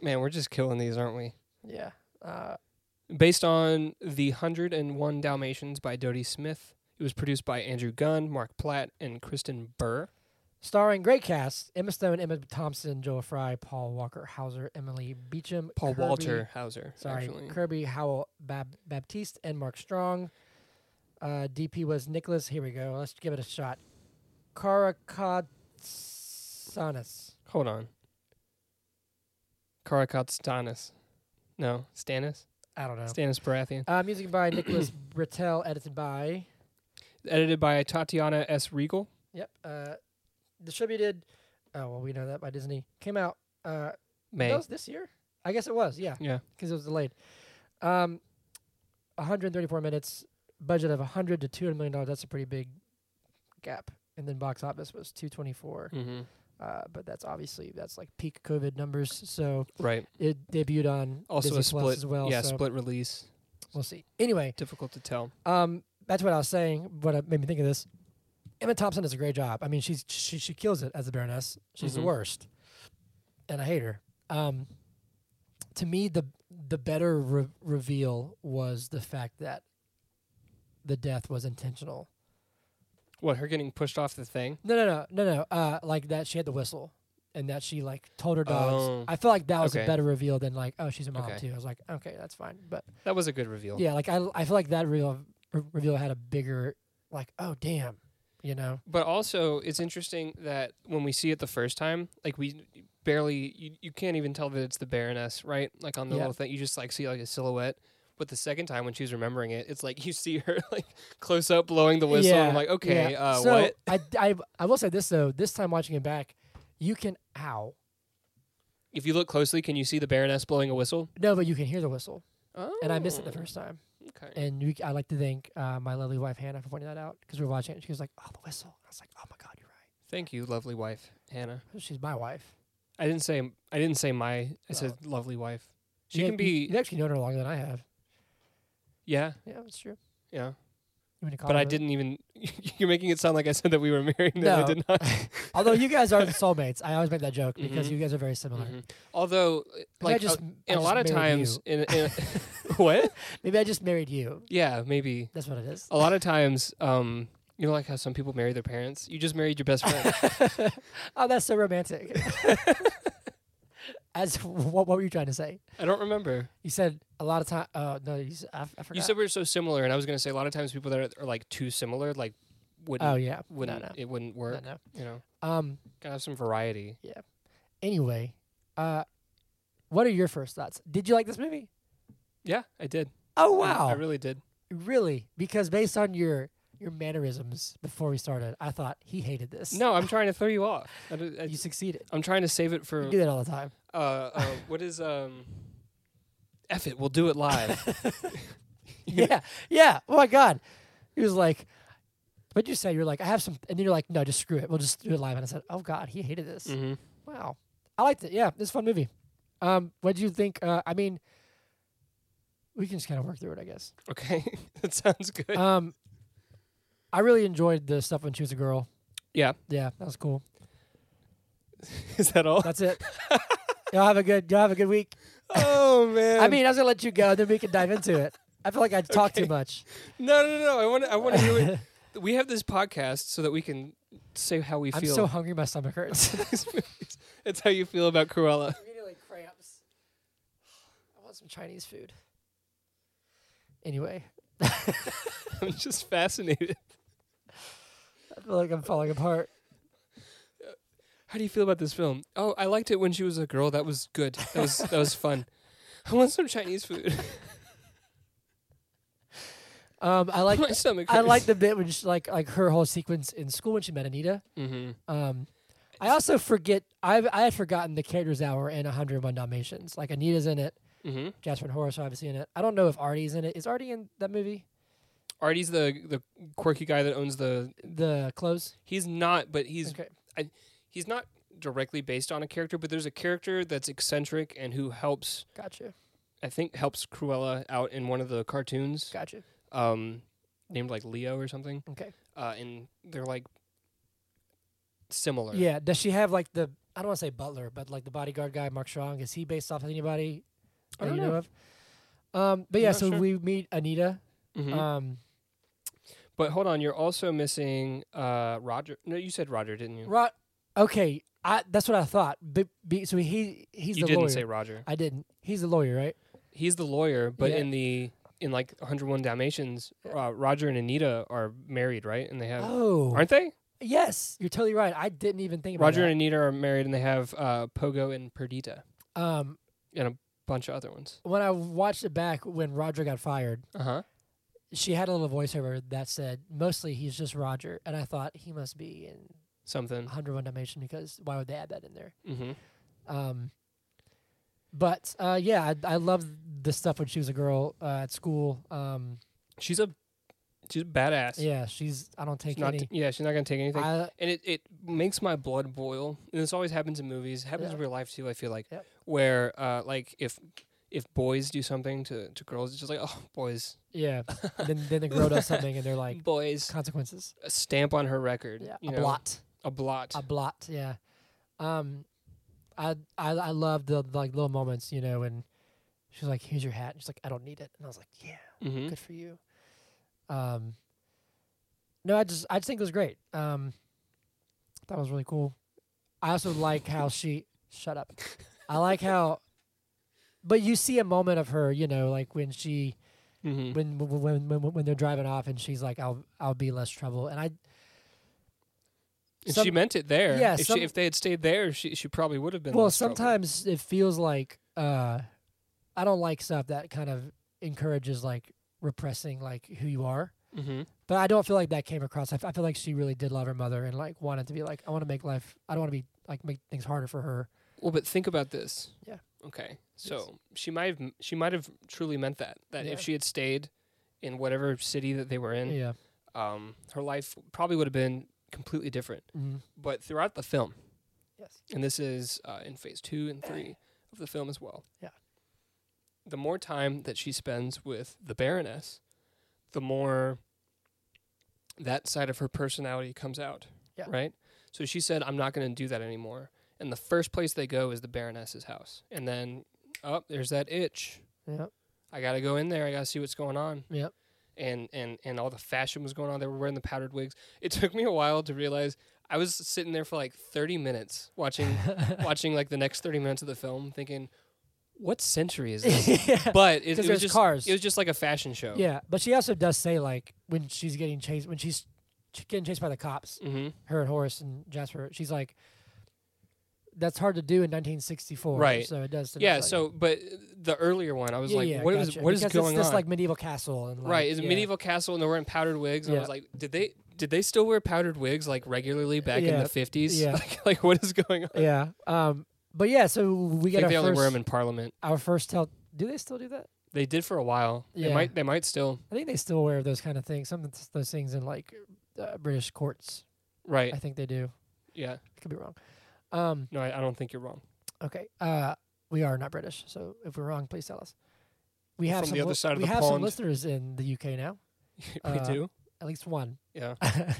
Man, we're just killing these, aren't we? Yeah. Uh, Based on The 101 Dalmatians by Dodie Smith. It was produced by Andrew Gunn, Mark Platt, and Kristen Burr. starring great cast Emma Stone, Emma Thompson, Joel Fry, Paul Walker Hauser, Emily Beecham, Paul Kirby- Walter Hauser, Sorry, actually. Kirby Howell Bab- Baptiste and Mark Strong. Uh, DP was Nicholas. Here we go. Let's give it a shot. Karakatsanis. Hold on. Karakot Stanis. No, Stannis? I don't know. Stannis Baratheon. Uh, music by Nicholas Britell, edited by. Edited by Tatiana S. Regal. Yep. Uh, distributed. Oh well, we know that by Disney. Came out. Uh, May. That was this year. I guess it was. Yeah. Yeah. because it was delayed. Um, 134 minutes, budget of 100 to 200 million dollars. That's a pretty big gap. And then box office was 224. hmm Uh, but that's obviously that's like peak COVID numbers. So Right. it debuted on Also Disney a split. Plus as well. yeah, so split release. We'll see. Anyway, Difficult to tell. um, that's what I was saying. What uh, made me think of this. Emma Thompson does a great job. I mean, she's she she kills it as a Baroness. She's Mhm. the worst, and I hate her. Um, to me, the the better re- reveal was the fact that the death was intentional. What, her getting pushed off the thing? No, no, no, no, no. Uh, like that she had the whistle, and that she like told her dogs. Oh. I felt like that was Okay. a better reveal than like, oh, she's a mom Okay. too. I was like, okay, that's fine, but. That was a good reveal. Yeah, like I, I feel like that reveal, re- reveal had a bigger, like, oh damn, you know. But also, it's interesting that when we see it the first time, like we barely, you, you can't even tell that it's the Baroness, right? Like on the Yeah. little thing, you just like see like a silhouette. But the second time when she's remembering it, it's like you see her like close up blowing the whistle. and I'm like, okay, yeah. uh, so what? I, I, I will say this though. This time watching it back, you can ow If you look closely, can you see the Baroness blowing a whistle? no, but you can hear the whistle, Oh, and I missed it the first time. Okay. And we, I like to thank uh, my lovely wife Hannah for pointing that out because we were watching it. and She was like, oh, the whistle. I was like, oh my god, you're right. Thank you, lovely wife Hannah. She's my wife. Oh. I didn't say I didn't say my. I said lovely wife. She You- can you- be- You've actually known her longer than I have. Yeah, Yeah, that's true. yeah. You went to But I college. didn't even. You're making it sound like I said that we were married. and I No. did not. Although you guys are the soulmates, I always make that joke because Mhm. you guys are very similar. Mhm. Although, like, maybe I uh, just, I in a just lot of married times, you. in, in what? maybe I just married you. Yeah, maybe. That's what it is. A lot of times, um, you know, like how some people marry their parents. You just married your best friend. oh, that's so romantic. As what, what were you trying to say? I don't remember. You said a lot of time. Uh, no, you, s- I, f- I forgot. You said we are so similar, and I was gonna say a lot of times people that are, are like too similar, like, wouldn't, oh yeah, wouldn't, no, it wouldn't no, no, work. no. You know, Um. gotta have some variety. Anyway, uh, what are your first thoughts? Did you like this movie? Yeah, I did. Oh I- wow, I really did. really? Because based on your your mannerisms before we started, I thought he hated this. No, I'm trying to throw you off. I, don't- I, you succeeded. I'm trying to save it for You do that all the time. uh, uh, what is um. F it, we'll do it live. yeah, yeah. Oh my god, he was like, "What'd you say?" You're like, "I have some," and then you're like, "No, just screw it. We'll just do it live." And I said, "Oh god, he hated this." mm-hmm. Wow, I liked it. Yeah, this is a fun movie. Um, what do you think? Uh, I mean, we can just kind of work through it, I guess. Okay, that sounds good. Um, I really enjoyed the stuff when she was a girl. Yeah. Yeah, that was cool. Is that all? That's it. y'all have a good y'all have a good week. oh man. I mean, I was gonna let you go, then we can dive into it. I feel like I talked too Okay. much. no, no, no. I want to. I want to hear it. We have this podcast so that we can say how we I'm feel. so hungry, my stomach hurts. it's how you feel about Cruella. immediately cramps. I want some Chinese food. Anyway, I'm just fascinated. I feel like I'm falling apart. How do you feel about this film? Oh, I liked it when she was a girl. That was good. That was that was fun. I want some Chinese food. Um, I like My stomach. I like the bit when she, like like her whole sequence in school when she met Anita. Mm-hmm. Um, I also forget I I had forgotten the characters that were in 101 Dalmatians. Like Anita's in it, Mm-hmm. Jasper and Horace are obviously in it. I don't know if Artie's in it. Is Artie in that movie? Artie's the the quirky guy that owns the. The clothes. He's not, but he's okay. he's not directly based on a character, but there's a character that's eccentric and who helps. Gotcha. I think helps Cruella out in one of the cartoons. Gotcha. um, named like Leo or something, Okay. uh, and they're like similar. Yeah. Does she have like the I don't want to say butler, but like the bodyguard guy, Mark Strong? Is he based off of anybody I that don't you know. know, of? Um, but I'm yeah, not so sure. we meet Anita. Mhm. Um, but hold on, you're also missing uh, Roger. No, you said Roger, didn't you? Rod. Okay, I that's what I thought. But, be, so he he's you the didn't lawyer. say Roger. I didn't. He's the lawyer, right? He's the lawyer, but Yeah. in the in like 101 Dalmatians, Yeah. uh, Roger and Anita are married, right? And they have Oh, aren't they? yes, you're totally right. I didn't even think about Roger and that. Anita are married, and they have uh, Pogo and Perdita um, and a bunch of other ones. when I watched it back when Roger got fired, Uh huh. she had a little voiceover that said mostly he's just Roger, and I thought he must be in Something. 101 Dalmatian because why would they add that in there? Mm-hmm. Um, but uh, yeah, I, I love the stuff when she was a girl uh, at school. Um, She's a she's a badass. yeah, she's I don't She's take not any. yeah, she's not gonna take anything. I, and it, it makes my blood boil and this always happens in movies it happens in Yeah. real life too i feel like Yep. where uh, like if if boys do something to, to girls it's just like oh boys yeah, then then the girl does something and they're like boys consequences. a stamp on her record Yeah, you a know? blot, a blot a blot. Yeah, um, I I I love the like little moments, you know, when she's like, "Here's your hat," and she's like, "I don't need it," and I was like, "Yeah." hmm good for you. Um, no, I just I just think it was great. Um, that was really cool. I also like how she shut up. I like how, but you see a moment of her, you know, like when she hmm when when when when, when they're driving off and she's like, "I'll I'll be less trouble," and I and she some- meant it there yeah, if, some- she, if they had stayed there she, she probably would have been well less trouble. sometimes it feels like uh i don't like stuff that kind of encourages like repressing like who you are Mhm. but i don't feel like that came across i, f- I feel like she really did love her mother and like wanted to be like i want to make life i don't want to be like make things harder for her well but think about this Yeah. okay so she might have m- she might have truly meant that that Yeah. if she had stayed in whatever city that they were in yeah um, her life probably would have been completely different mm but throughout the film, yes and this is uh, in phase two and three of the film as well. Yeah. the more time that she spends with the Baroness, the more that side of her personality comes out. Yeah. Right? So she said, I'm not going to do that anymore. And the first place they go is the Baroness's house. And then, oh, there's that itch. Yep. I got to go in there. I got to see what's going on. Yep. And, and, and all the fashion was going on. They were wearing the powdered wigs. It took me a while to realize I was sitting there for like 30 minutes watching watching like the next 30 minutes of the film thinking what century is this yeah. but it, 'Cause it was there's just cars. it was just like a fashion show yeah, but she also does say like when she's getting chased when she's ch- getting chased by the cops, hmm her and Horace and Jasper. She's like, that's hard to do in 1964, Right. So it does. to yeah this, like- so but uh, the earlier one i was Yeah, like yeah, what is gotcha. what is because going it's this, on like medieval castle and like, right it's a yeah. medieval castle and they're wearing powdered wigs and i Yeah. was like did they did they still wear powdered wigs like regularly back in Yeah. the 50s Yeah. like, like what is going on Yeah. Um. But yeah, so we i get think our they only first, wear them in parliament our first tell. Do they still do that? they did for a while they Yeah. might they might still I think they still wear those kind of things. Some of th- those things in like uh, British courts. right I think they do. yeah I could be wrong. Um. no I, I don't think you're wrong Okay. Uh, we are not British, so if we're wrong, please tell us. We have From some the other li- side of we the have some pond. listeners in the UK now, we Uh, do at least one. yeah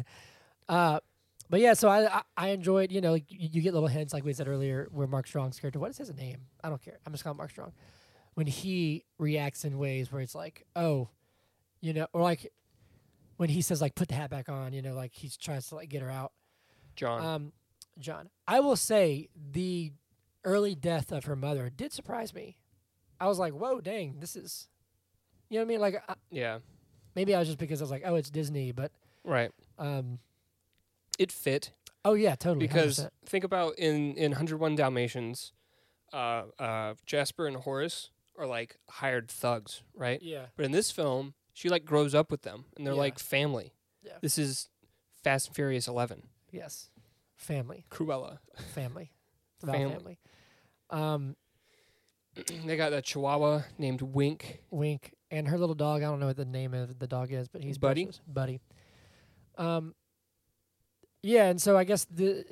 uh, but yeah, so I I, I enjoyed you know like, you, you get little hints like we said earlier where Mark Strong's character what is his name I don't care I'm just calling him Mark Strong when he reacts in ways where it's like oh you know or like when he says like put the hat back on you know like he tries to like get her out john um John I will say the early death of her mother did surprise me I was like whoa dang this is you know what I mean like I, yeah maybe I was just because I was like oh it's Disney but right um it fit oh yeah totally because 100%. think about in in 101 dalmatians uh, uh, jasper and horace are like hired thugs right yeah. but in this film she like grows up with them and they're Yeah. like family Yeah. this is fast and furious 11 Yes. Family. cruella Family. It's about Family. family. Um, they got that chihuahua named wink Wink and her little dog. I don't know what the name of the dog is, but he's Buddy? precious. Buddy. Um. Yeah, and so I guess the,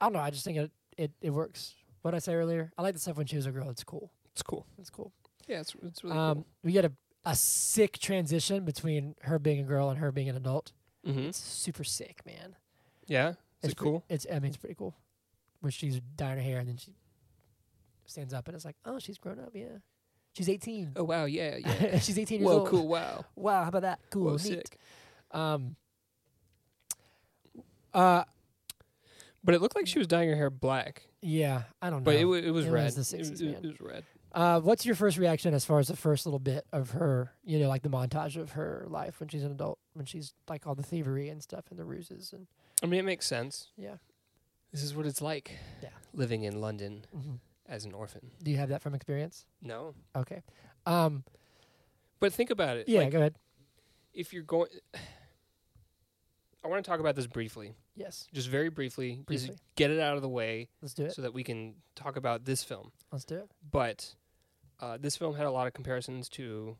I don't know. I just think it it, it works. What I say earlier, I like the stuff when she was a girl. It's cool. it's cool It's cool. yeah it's, it's really um, we get a a sick transition between her being a girl and her being an adult. cool hmm It's super sick, man. yeah is it's it cool Pre- it's I mean it's pretty cool. Where she's dyeing her hair and then she stands up and it's like, oh, she's grown up, yeah. She's eighteen. oh wow yeah yeah she's eighteen years whoa old. cool wow Wow, how about that? Cool, whoa neat. sick Um. Uh, but it looked like she was dyeing her hair black yeah, I don't know. but it, wa- it was It was red the 60s, it, man. it was red uh, what's your first reaction as far as the first little bit of her, you know, like the montage of her life when she's an adult, when she's like all the thievery and stuff and the ruses and i mean it makes sense yeah. This is what it's like Yeah. living in London Mhm. as an orphan. Do you have that from experience? No. Okay. Um. But think about it. Yeah. Like, go ahead. if you're going. I want to talk about this briefly, Yes. just very briefly, just Briefly. get it out of the way Let's do it. so that we can talk about this film. Let's do it. But uh, this film had a lot of comparisons to,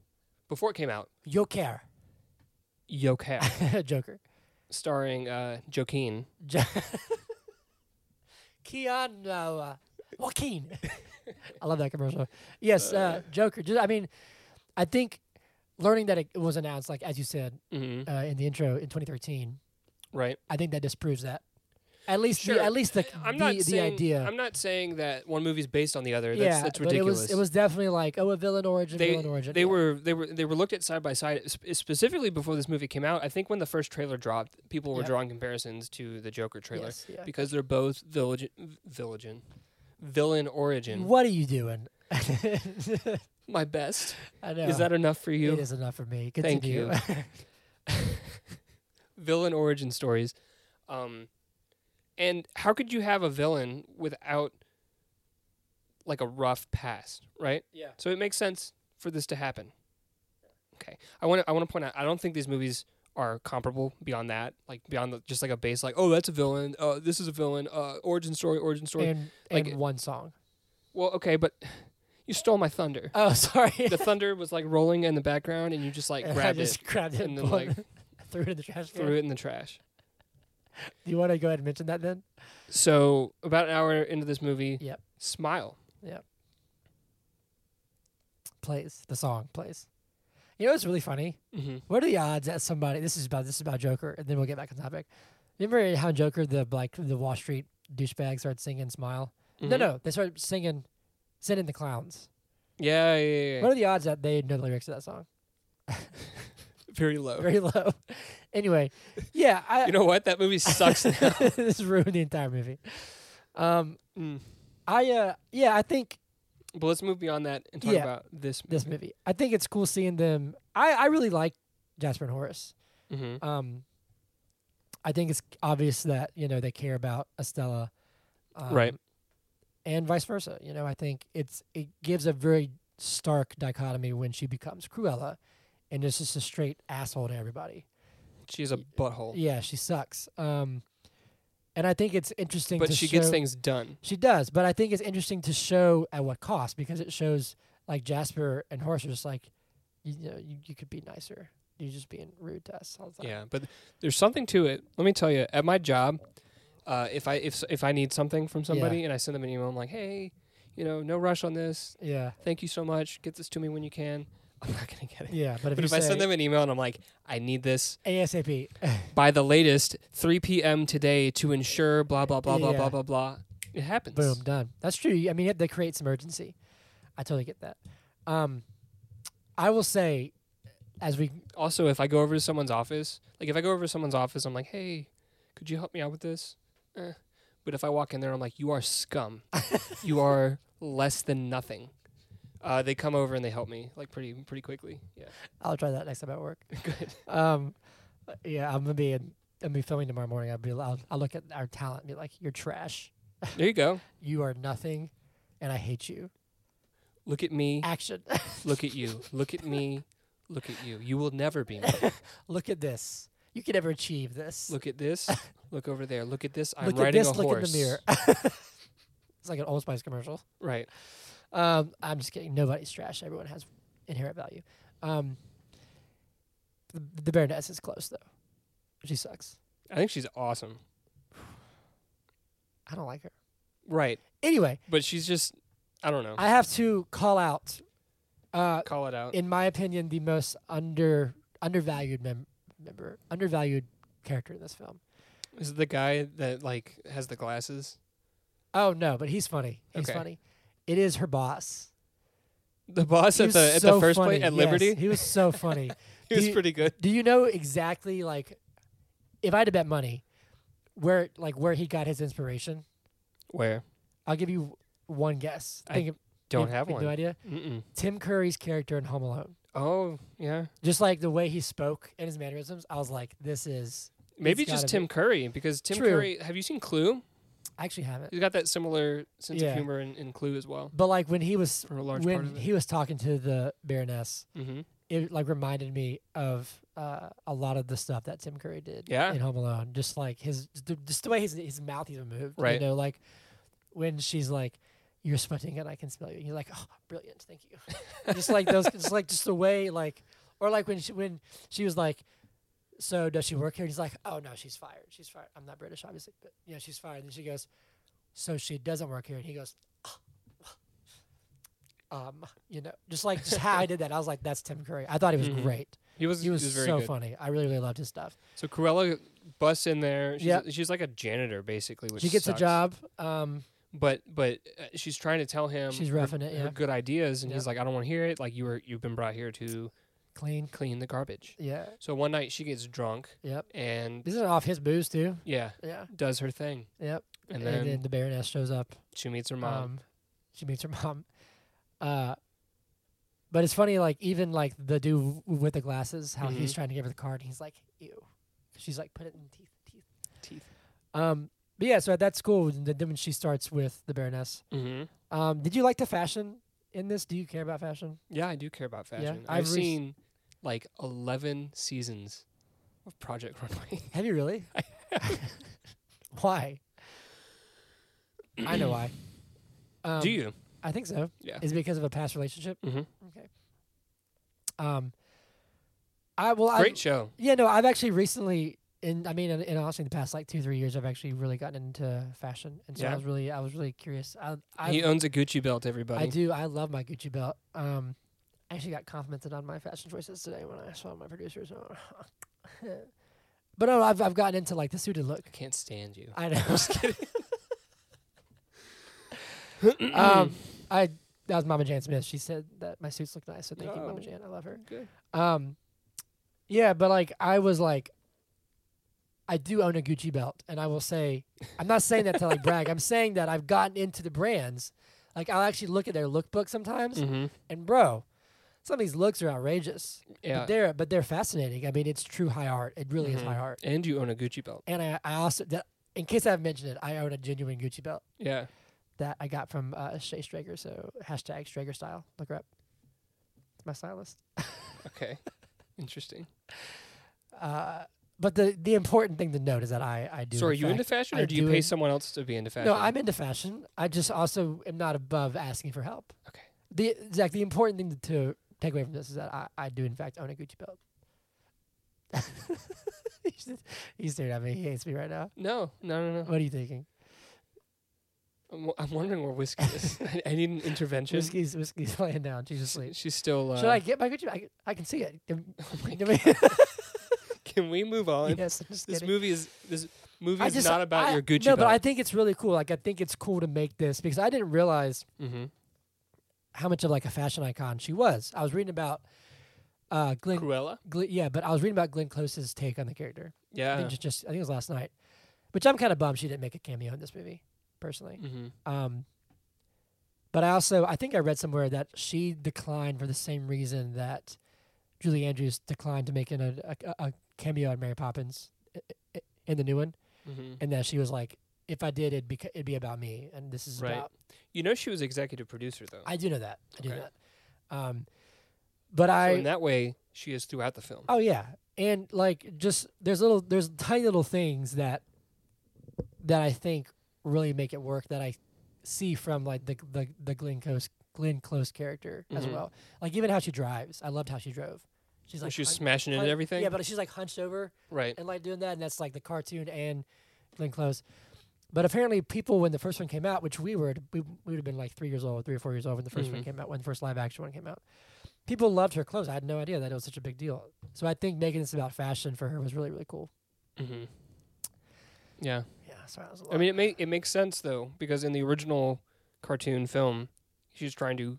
before it came out, Joker. Yo Cat, Joker. starring uh, Joaquin. Jo- Keanu. uh, Joaquin. I love that commercial. Yes, uh, Joker. Just, I mean, I think learning that it was announced, like as you said Mm-hmm. uh, in the intro in 2013, Right. I think that disproves that. At least, Sure. the, at least the I'm the, not the saying, idea. I'm not saying that one movie's based on the other. That's, that's but it ridiculous. was it was definitely like oh a villain origin, they, villain origin. they yeah. were they were they were looked at side by side sp- specifically before this movie came out. I think when the first trailer dropped, people were Yep. drawing comparisons to the Joker trailer Yes, yeah. because they're both villain villain villain origin. What are you doing? I My best know. is that enough for It you? is enough for me. Continue. Thank you. villain origin stories, um, and how could you have a villain without like a rough past, right? Yeah. So it makes sense for this to happen. Okay. I want to I want to point out I don't think these movies are comparable beyond that, like beyond the, just like a base like oh that's a villain, uh this is a villain, uh origin story, origin story. And, Like- and one song. well, okay, but you stole my thunder. Oh, sorry. the thunder was like rolling in the background and you just like And grabbed I just it grabbed it and and then like threw it in the trash can. threw it in the trash. Do you want to go ahead and mention that then? So, about an hour into this movie, Yep. Smile. Yep. plays. The song plays. You know what's really funny? Mm-hmm. What are the odds that somebody this is about this is about Joker and then we'll get back on topic. Remember how Joker the like the Wall Street douchebag started singing Smile? Mm-hmm. No, no, they started singing Send in the Clowns. Yeah, yeah, yeah. yeah. What are the odds that they know the lyrics to that song? Very low. Very low. anyway, yeah, I you know what? That movie sucks now. this ruined the entire movie. Um Mm. I uh yeah, I think But let's move beyond that and talk Yeah. about this movie. this movie. I think it's cool seeing them. I I really like Jasper and Horace. Mm-hmm. Um, I think it's obvious that you know they care about Estella, um, Right. and vice versa. You know, I think it's it gives a very stark dichotomy when she becomes Cruella, and is just a straight asshole to everybody. She's a butthole. Yeah, she sucks. Um, and I think it's interesting. but to she gets show- things done. She does, but I think it's interesting to show at what cost because it shows like Jasper and Horace are just like, you, know, you, you could be nicer. You're just being rude to us all the time. Yeah, but there's something to it. Let me tell you, at my job, uh, if I if s- if I need something from somebody and I send them an email, I'm like, hey, you know, no rush on this. Yeah, Thank you so much. Get this to me when you can. I'm not gonna get it. yeah. But if, But you if I say send them an email and I'm like, I need this ASAP, by the latest 3 p.m. today to ensure blah blah blah blah Yeah. blah blah blah, it happens. boom, done. That's true. I mean, that creates emergency. I totally get that. Um, I will say, as we Also, if I go over to someone's office, like if I go over to someone's office, I'm like, hey, could you help me out with this? Eh. But if I walk in there, I'm like, you are scum. you are less than nothing. Uh, they come over and they help me like pretty pretty quickly. Yeah, I'll try that next time at work. good. Um, yeah, I'm gonna be in, I'm gonna be filming tomorrow morning. I'll be I'll, I'll look at our talent and be like, you're trash. There you go. You are nothing, and I hate you. Look at me. Action. Look at you. Look at me. Look at you. You will never be me. look at this. You could never achieve this. Look at this. Look over there. Look at this. I'm Look at riding this. a Look horse. in the mirror. it's like an Old Spice commercial. Right. Um, I'm just kidding. Nobody's trash. Everyone has inherent value. Um, the, the Baroness is close though. She sucks. I think she's awesome. I don't like her. Right. Anyway, But she's just I don't know. I have to call out, uh, Call it out. in my opinion, the most under undervalued mem- member, undervalued character in this film. Is it the guy that like has the glasses? Oh no, but he's funny. He's Okay. funny. It is her boss. The boss He at was the at so the first funny. place at Yes, Liberty? He was so funny. He was he- pretty good. Do you know exactly like if I had to bet money where like where he got his inspiration? Where? I'll give you one guess. I Think of- Don't you- have you one. No idea. Mm-mm. Tim Curry's character in Home Alone. Oh, yeah. Just like the way he spoke and his mannerisms, I was like, this is Maybe It's just gotta Tim be- Curry because Tim True. Curry, have you seen Clue? I actually haven't. He's got that similar sense Yeah. of humor in, in Clue as well. But like when he was For a large part when of it. he was talking to the Baroness, mm-hmm. it like reminded me of uh, a lot of the stuff that Tim Curry did Yeah. in Home Alone. Just like his, the- just the way his his mouth even moved. Right. You know, like when she's like, "You're sweating and I can smell you," and you're like, "Oh, brilliant, thank you." just like those, just like just the way like, or like when she when she was like. So does she work here? And he's like, oh no, she's fired. She's fired. I'm not British, obviously, but you know she's fired. And then she goes, so she doesn't work here. And he goes, um, you know, just like just how I did that. I was like, that's Tim Curry. I thought he was Mhm. great. He was He was, very so good. funny. I really, really loved his stuff. So Cruella busts in there. She's, Yep. she's like a janitor basically, which she gets sucks. a job. Um, But but uh, she's trying to tell him She's Um, her- roughing it, her yeah. good ideas, and Yep. he's like, I don't want to hear it. Like you were you've been brought here to clean. clean the garbage. Yeah. So one night she gets drunk Yep. and This is off his booze too. yeah, Yeah. does her thing. Yep. And then- the Baroness shows up. She meets her mom. Um, she meets her mom. Uh, but it's funny, like even like the dude w- with the glasses, how he's Mhm. trying to give her the card, and he's like, "Ew." She's like, "Put it in teeth, teeth." Teeth. Um, but yeah, so that's cool. And Then when she starts with the Baroness, hmm Um, did you like the fashion in this? Do you care about fashion? Yeah, I do care about Yeah, fashion. I've, I've rec- seen like eleven seasons of Project Runway. Have you really? why? I know why. Um, do you? I think so. Yeah. Is it because of a past relationship? hmm Um, I well, Great I show. yeah no, I've actually recently in I mean in, in honestly the past like two three years I've actually really gotten into fashion and so Yeah. I was really I was really curious. I I he owns a Gucci belt. Everybody. I do I love my Gucci belt. Um, actually got complimented on my fashion choices today when I saw my producers. but no, I've I've gotten into like the suited look. I can't stand you. I know. I'm just kidding. um, I that was Mama Jan Smith. She said that my suits look nice, so thank you, Mama Oh. Jan. I love her. Good. Um, yeah, but like I was like, I do own a Gucci belt, and I will say, I'm not saying that to like brag. I'm saying that I've gotten into the brands. Like I'll actually look at their lookbook sometimes, Mm-hmm. and bro, some of these looks are outrageous. Yeah. But they're but they're fascinating. I mean, it's true high art. It really is Mhm. high art. And you own a Gucci belt. And I, I also, that, in case I haven't mentioned it, I own a genuine Gucci belt Yeah. that I got from uh, Shay Strager. So hashtag Strager style. Look her up. It's my stylist. Okay. Interesting. Uh, but the the important thing to note is that I I do. So in are you fact- into fashion, I or do you do pay in- someone else to be into fashion? No, I'm into fashion. I just also am not above asking for help. Okay. The Zach, the important thing to, to take away from this is that I, I do in fact own a Gucci belt. he's, just- he's staring at me. He hates me right now. No, no, no, no. What are you thinking? I'm, w- I'm wondering where whiskey is. I, I need an intervention. Whiskey's whiskey's laying down. She's She's- asleep. She's still. Uh, Should I get my Gucci? belt? I, c- I can see it. Oh Can- can we- Can we move on? yes, I'm just This kidding. movie is this movie I is just- not about I- your Gucci No, belt. but I think it's really cool. Like I think it's cool to make this because I didn't realize mm-hmm. how much of like a fashion icon she was. I was reading about uh Glenn, Cruella. Glenn yeah, but I was reading about Glenn Close's take on the character. I Yeah. think just, just I think it was last night. Which I'm kind of bummed she didn't make a cameo in this movie, personally. Mm-hmm. Um but I also I think I read somewhere that she declined for the same reason that Julie Andrews declined to make in a, a, a cameo in Mary Poppins i- i- in the new one, Mm-hmm. and that she was like, "If I did, it'd be c- it'd be about me, and this is Right. about You know she was executive producer though. I do know that. I do Okay. know that. Um, but so I. in that way she is throughout the film. oh yeah, and like just there's little there's tiny little things that that I think really make it work that I see from like the the the Glenn Close Glenn Close character as Mhm. well. Like even how she drives, I loved how she drove. She's When like she was hun- smashing into hun- everything. Yeah, but she's like hunched over right. and like doing that, and that's like the cartoon and Glenn Close. But apparently, people when the first one came out, which we were, we, we would have been like three years old, three or four years old when the 1st one Mhm. came out, when the first live action one came out. People loved her clothes. I had no idea that it was such a big deal. So I think making this about fashion for her was really really cool. Mm-hmm. Yeah. Yeah, sorry, that was a lot. I mean it may it makes sense though because in the original cartoon film she's trying to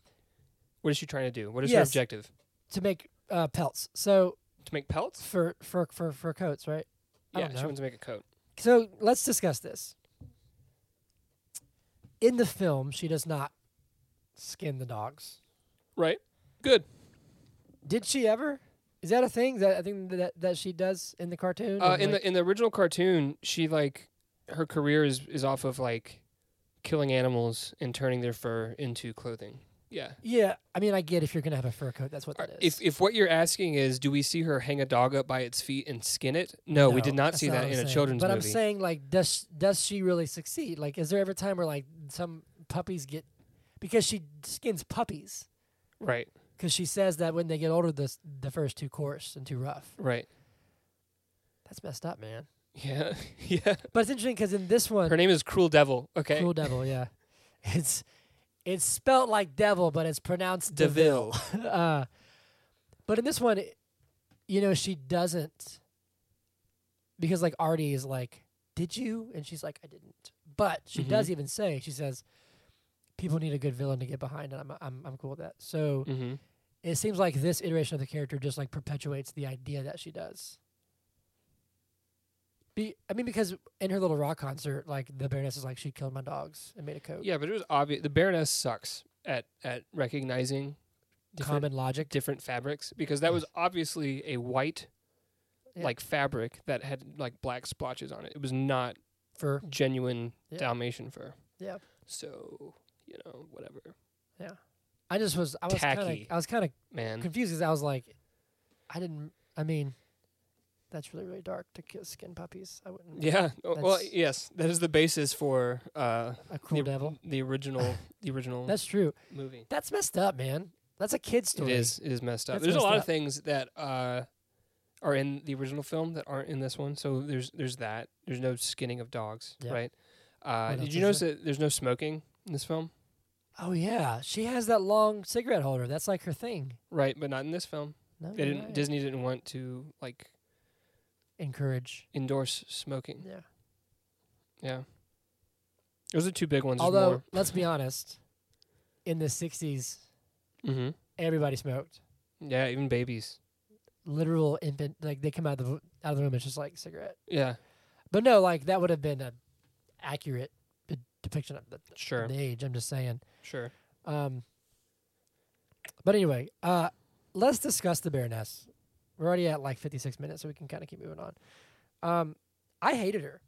what is she trying to do? What is her Yes. objective? to make uh, pelts. So To make pelts? for for for for coats, right? I Yeah, don't she know. wants to make a coat. So let's discuss this. In the film, she does not skin the dogs. Right. Good. Did she ever? Is that a thing that I think that that she does in the cartoon? Uh, And, in like- the in the original cartoon, she like her career is is off of like killing animals and turning their fur into clothing. Yeah. yeah, I mean, I get if you're gonna have a fur coat, that's what All that right, is. Uh, If if what you're asking is, do we see her hang a dog up by its feet and skin it? No, we did not that's see that what I'm in a saying. children's But movie. I'm saying, like, does does she really succeed? Like, is there ever a time where like some puppies get because she skins puppies right, because she says that when they get older, the s- the fur is too coarse and too rough. right, That's messed up, man. yeah, yeah. But it's interesting because in this one, Her name is Cruel Devil. Okay, Cruel Devil, yeah, it's it's spelt like devil, but it's pronounced Deville. uh, but in this one, it- you know, she doesn't because like Artie is like, "Did you?" and she's like, "I didn't." But she Mm-hmm. does even say, she says, "People need a good villain to get behind," and I'm I'm I'm cool with that. So mm-hmm. it seems like this iteration of the character just like perpetuates the idea that she does. Be, I mean, because in her little rock concert, like the Baroness is like, she killed my dogs and made a coat. Yeah, but it was obvious. The Baroness sucks at at recognizing different Common logic. different fabrics because that was obviously a white Yeah. like fabric that had like black splotches on it. It was not for genuine Yeah. Dalmatian fur. Yeah. So you know whatever, I just was I was kind of Tacky. I was kind of man. confused because I was like, I didn't. I mean, that's really really dark to kill skin puppies. I wouldn't. Yeah. o- Well, That's- yes, that is the basis for uh, A cruel the, devil. the original, the original That's true. movie. That's messed up, man. That's a kid It story. is. It is messed up. That's there's messed a lot up. of things that uh, are in the original film that aren't in this one. So there's there's that. There's no skinning of dogs, Yeah. right? Uh, What did else you is notice that there's no smoking in this film? Oh yeah, she has that long cigarette holder. That's like her thing. Right, but not in this film. No, They you're didn't. right. Disney didn't want to like encourage. endorse smoking. Yeah. Yeah. Those are two big ones. Although, let's be honest, in the '60s, hmm everybody smoked. yeah, even babies. Literal infant, like they come out of the out of the room, it's just like cigarette. Yeah, But no, like that would have been a accurate de- depiction of the, Sure. the age. I'm just saying. sure. Um, but anyway, uh, let's discuss the Baroness. We're already at like 56 minutes, so we can kind of keep moving on. Um, I hated her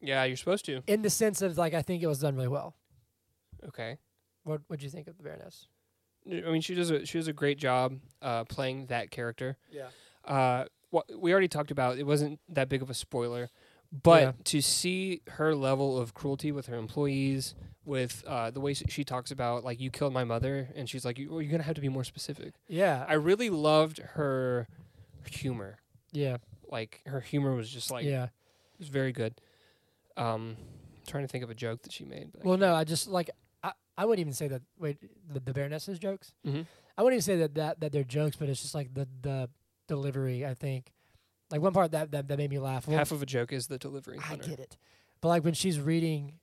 Yeah, you're supposed to. in the sense of like I think it was done really well. Okay. What would you think of the Baroness? I mean, she does a she does a great job uh, playing that character. Yeah. Uh, what we already talked about, it wasn't that big of a spoiler, but Yeah. to see her level of cruelty with her employees, with uh, the way she- she talks about like you killed my mother, and she's like, you, well, you're gonna have to be more specific. Yeah. I really loved her humor. yeah. Like her humor was just like yeah. it was very good. Um, trying to think of a joke that she made. But I Well, no, I just like I, I wouldn't even say that. Wait, the, the Baroness's jokes. Mhm. I wouldn't even say that, that that they're jokes, but it's just like the the delivery. I think like one part that that, that made me laugh. can't- half of a joke is the delivery. I on her. get it, but like when she's reading,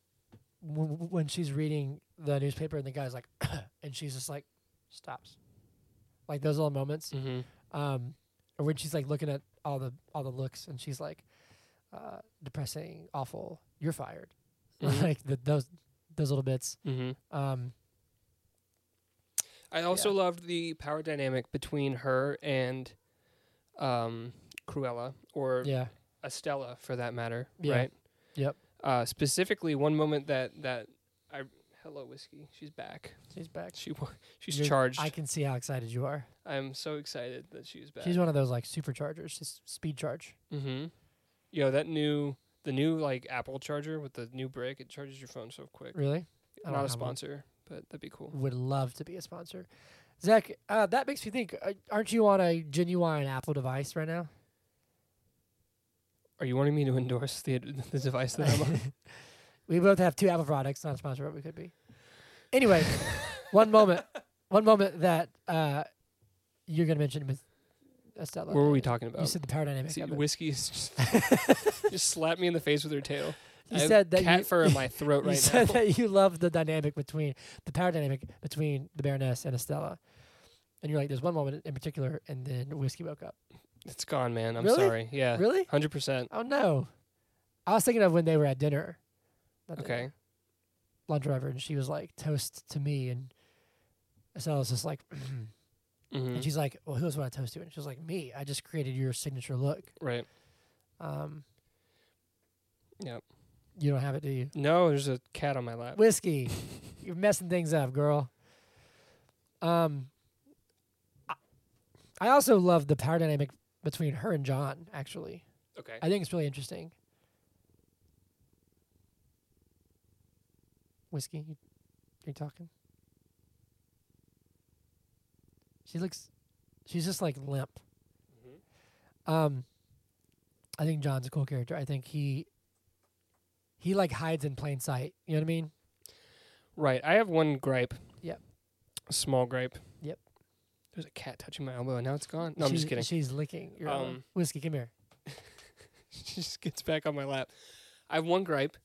w- w- when she's reading the newspaper and the guy's like, and she's just like, stops, like those little moments. Mhm. Um, or when she's like looking at all the all the looks and she's like, uh, depressing, awful. You're fired. Mhm. like the, those those little bits. Mm-hmm. Um, I also loved the power dynamic between her and um, Cruella, or yeah, Estella for that matter, Yeah. right? Yep. Uh, specifically, one moment that that I hello whiskey, she's back. she's back. She wa- she's You're- charged. I can see how excited you are. I'm so excited that she's back. She's one of those like superchargers, she's speed charge. mm-hmm. Yo, that new the new like Apple charger with the new brick, it charges your phone so quick. Really? I don't Not a have one. sponsor, but that'd be cool. Would love to be a sponsor. Zach, uh, that makes me think. Uh, aren't you on a genuine Apple device right now? Are you wanting me to endorse the the device that I'm on? We both have two Apple products, not a sponsor, but we could be. Anyway, one moment, one moment that uh, you're gonna mention with Estella. what were we talking about? You said the power dynamic. See, of it. whiskey is just, just slapped me in the face with her tail. You I have said that you- cat fur in my throat you right said now. that you love the dynamic between the power dynamic between the Baroness and Estella, and you're like, there's one moment in particular, and then whiskey woke up. It's gone, man. I'm Really? sorry. Yeah, Really? hundred percent. Oh no! I was thinking of when they were at dinner. Not dinner, Okay. lunch or whatever, and she was like, toast to me, and Estella's just like, hmm and she's like, well, who else would I toast to? And she was like, me. I just created your signature look. Right. Um, Yep. you don't have it, do you? No, there's a cat on my lap. whiskey. You're messing things up, girl. Um, I- I also love the power dynamic between her and John. Actually, Okay. I think it's really interesting. Whiskey, you, are you talking? She looks, she's just like limp. Mm-hmm. Um, I think John's a cool character. I think he, he like hides in plain sight. You know what I mean? Right. I have one gripe. Yep. A small gripe. Yep. There's a cat touching my elbow, and now it's gone. No, I'm just She's- kidding. She's licking your elbow. Um, whiskey. Come here. she just gets back on my lap. I have one gripe,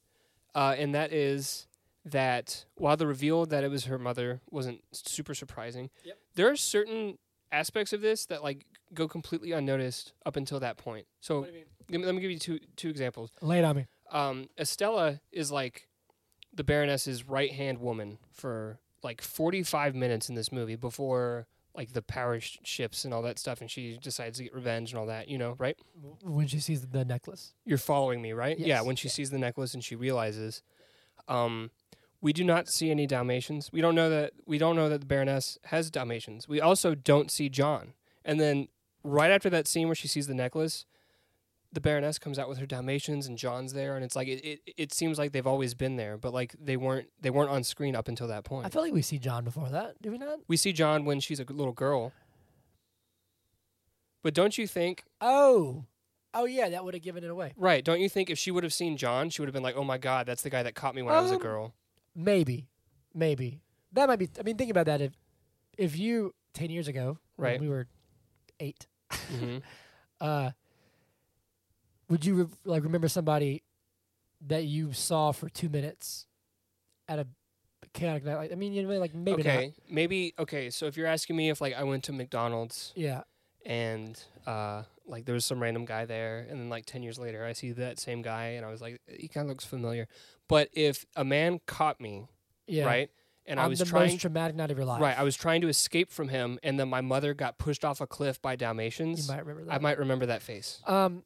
uh, and that is that while the reveal that it was her mother wasn't super surprising, Yep. there are certain aspects of this that like go completely unnoticed up until that point. So you mean? let me, let me give you two two examples. Lay it on me. Um, Estella is like the Baroness's right hand woman for like forty five minutes in this movie before like the power sh- ships and all that stuff, and she decides to get revenge and all that. You know, right? When she sees the necklace. you're following me, right? Yeah, Yes. when she sees the necklace and she realizes um we do not see any Dalmatians. We don't know that we don't know that the Baroness has Dalmatians. We also don't see John. And then right after that scene where she sees the necklace, the Baroness comes out with her Dalmatians and John's there and it's like it, it, it seems like they've always been there, but like they weren't they weren't on screen up until that I point. feel like we see John before that. Do we not? we see John when she's a g- little girl. But don't you think Oh. Oh yeah, that would have given it away. Right. Don't you think if she would have seen John, she would have been like, oh my God, that's the guy that caught me when I was a Um, girl? Maybe. Maybe. that might be. I mean, think about that. If if you ten years ago, when Right. we were eight, hmm uh, would you re- like remember somebody that you saw for two minutes at a chaotic night? Like, I mean, you know, like maybe okay, not. maybe okay. So if you're asking me if like I went to McDonald's Yeah, and uh, like there was some random guy there, and then like ten years later I see that same guy, and I was like, he kind of looks familiar. But if a man caught me, yeah. right, and On I was the trying, most traumatic night of your life. right, I was trying to escape from him, and then my mother got pushed off a cliff by You Dalmatians. might remember that. I might remember that face. Um,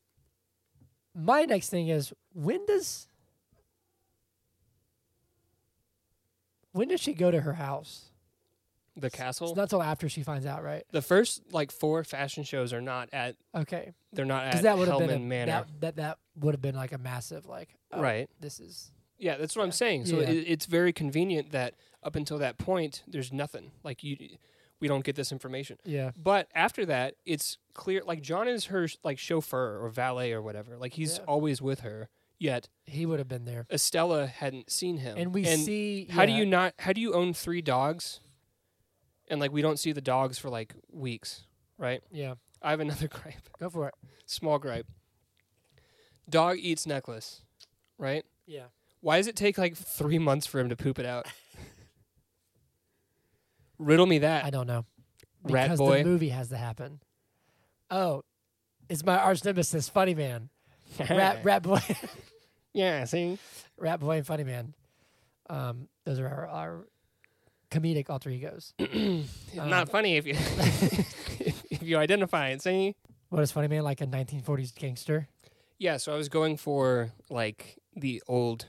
my next thing is when does when does she go to her house? The castle. It's not till after she finds out, right? the first like four fashion shows are not at Okay, they're not at because that would have Hellman been a, Manor. that that, that would have been like a massive like oh, Right. This is Yeah, that's what I'm saying. So Yeah. it, it's very convenient that up until that point, there's nothing. Like you, we don't get this information. yeah But after that, it's clear. Like John is her like chauffeur or valet or whatever. Like he's Yeah. always with her. Yet he would have been there, Estella hadn't seen him. and we see how do yeah, you not? How do you own three dogs? And like we don't see the dogs for like weeks, right? yeah I have another gripe. go for it Small gripe. Dog eats necklace, right? yeah Why does it take like three months for him to poop it out? Riddle me I that, don't know rat because boy. the movie has to happen. Oh, it's my arch nemesis, Funny Man, Rat Rat Boy. yeah, see? Rat Boy and Funny Man. Um, those are our, our comedic alter egos. It's Uh, Not funny if you if you identify it, see? What is Funny Man like a 1940s gangster? Yeah, so I was going for like the old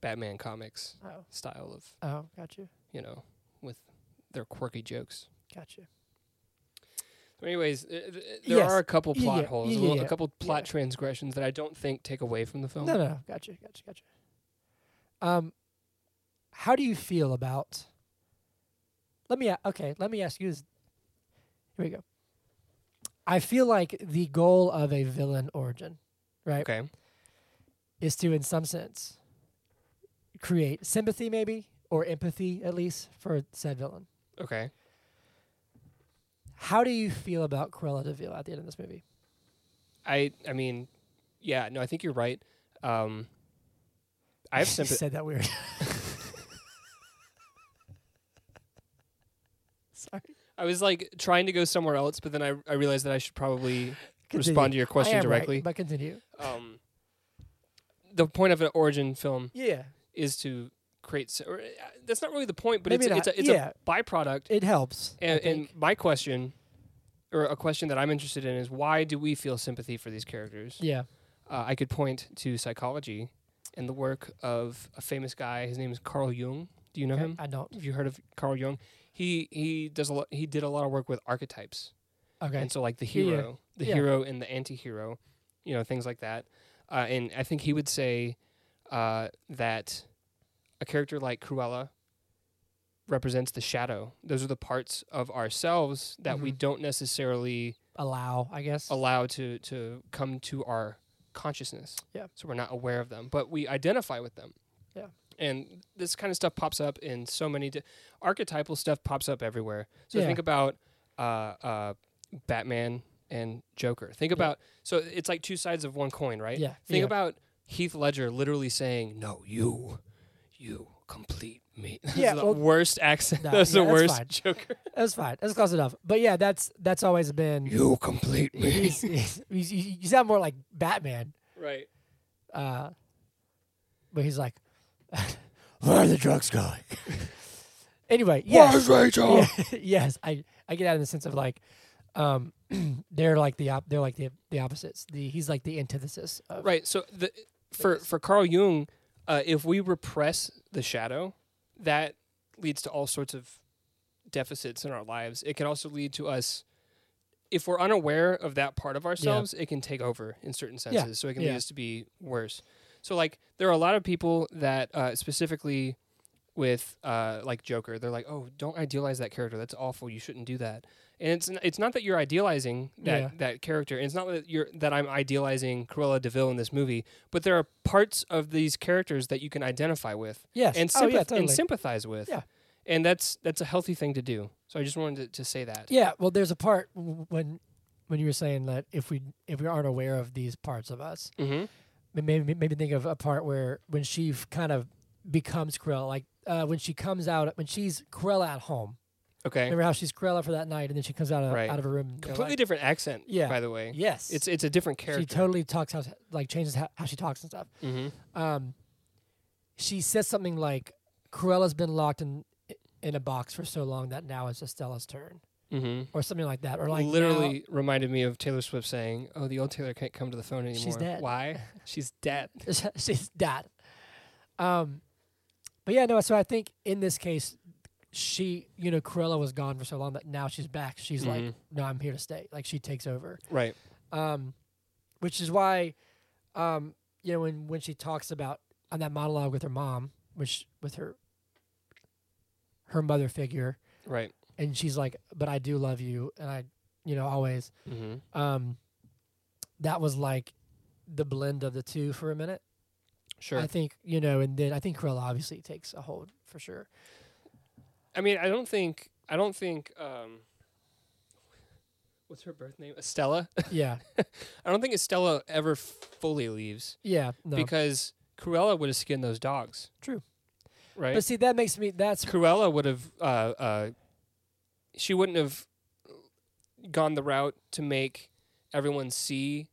Batman comics Oh, style of, oh, got you, you know, with their quirky jokes. got you. So anyways, uh, th- there Yes. are a couple Yeah, plot yeah, holes, yeah, a, yeah, little, a yeah. couple plot Yeah. transgressions that I don't think take away from the film. No, no, no, Oh. got you, got you, got you. Um, how do you feel about? Let me a- okay. Let me ask you this. Here we go. I feel like the goal of a villain origin, right, Okay. is to, in some sense, create sympathy, maybe or empathy, at least for said villain. Okay. How do you feel about Cruella de Vil at the end of this movie? I I mean, yeah, no, I think you're right. Um, I have You sympathy. said that weird. Sorry. I was like trying to go somewhere else, but then I, I realized that I should probably Continue. respond to your I question am right, directly. but continue. Um, the point of an origin film Yeah, is to create. s- Or, uh, that's not really the point, but Maybe it's a, it's not. a, it's Yeah. a byproduct. it helps. I And, and think. my question, or a question that I'm interested in, is why do we feel sympathy for these characters? yeah, Uh, I could point to psychology and the work of a famous guy. His name is Carl Jung. Do you know okay, him? I don't. Have you heard of Carl Jung? He he does a lot. He did a lot of work with archetypes, Okay, and so like the Yeah, yeah. hero, the Yeah. hero and the anti-hero, you know things like that. Uh, and I think he would say uh, that a character like Cruella represents the shadow. Those are the parts of ourselves that we Mhm. don't necessarily allow. I guess. allow to to come to our consciousness. Yeah. So we're not aware of them, but we identify with them. Yeah. And this kind of stuff pops up in so many di- archetypal stuff pops up everywhere. So Yeah. think about uh, uh, Batman and Joker. Think about so it's like two sides of one coin, right? Yeah. Think yeah. about Heath Ledger literally saying, "No, you, you complete me." That's Yeah, the well- worst accent. No, that's yeah, the that's worst fine. Joker. that's fine. That's close enough. But yeah, that's that's always been. You complete me. he's- he's- he's- you you sound more like Batman, right. uh, but he's like, "Where are the drugs going?" anyway, yes. Rachel? Yeah, yes, I I get that in the sense of like, um, they're like the op- they're like the the opposites. The he's like the antithesis of Right. So the, for for Carl Jung, uh, if we repress the shadow, that leads to all sorts of deficits in our lives. It can also lead to us, if we're unaware of that part of ourselves, it can take over in certain senses. So it can Yeah. lead us to be worse. So like there are a lot of people that uh, specifically with uh, like Joker, they're like, oh, don't idealize that character. That's awful. You shouldn't do that. And it's n- it's not that you're idealizing that Yeah. that character. And it's not that you're that I'm idealizing Cruella Deville in this movie. But there are parts of these characters that you can identify with Yes. and, oh, yeah, sympath- totally. and sympathize with. Yeah. and that's that's a healthy thing to do. So I just wanted to, to say that. Yeah, well, there's a part w- when when you were saying that if we if we aren't aware of these parts of us, Mm-hmm. ma- maybe maybe think of a part where when she f- kind of becomes Krell, like uh, when she comes out when she's Krell at home. Okay. Remember how she's Krell for that night, and then she comes out of, Right. out of her room. you know, Completely like- different accent. Yeah. By the way, yes, it's it's a different character. she totally talks how like changes how, how she talks and stuff. mm-hmm. um, she says something like, "Cruella's been locked in in a box for so long that now it's Estella's turn," Mm-hmm. or something like that, or like now- literally reminded me of Taylor Swift saying, "Oh, the old Taylor can't come to the phone anymore. She's dead. Why? She's dead." she's dead. Um, but yeah, no. So I think in this case, she, you know, Cruella was gone for so long that now she's back. She's like, Mhm. "No, I'm here to stay." Like she takes over. Right. um, which is why, um, you know, when when she talks about on that monologue with her mom, which with her her mother figure, Right. and she's like, "But I do love you, and I, you know, always." Mm-hmm. Um, that was like the blend of the two for a minute. Sure. I, I think you know, and then I think Cruella obviously takes a hold for sure. mean, I don't think I don't think um, what's her birth name? Estella. yeah, I don't think Estella ever fully leaves yeah, no, because Cruella would have skinned those dogs. True. Right. but see, that makes me that's Cruella would have. Uh, uh, she wouldn't have gone the route to make everyone see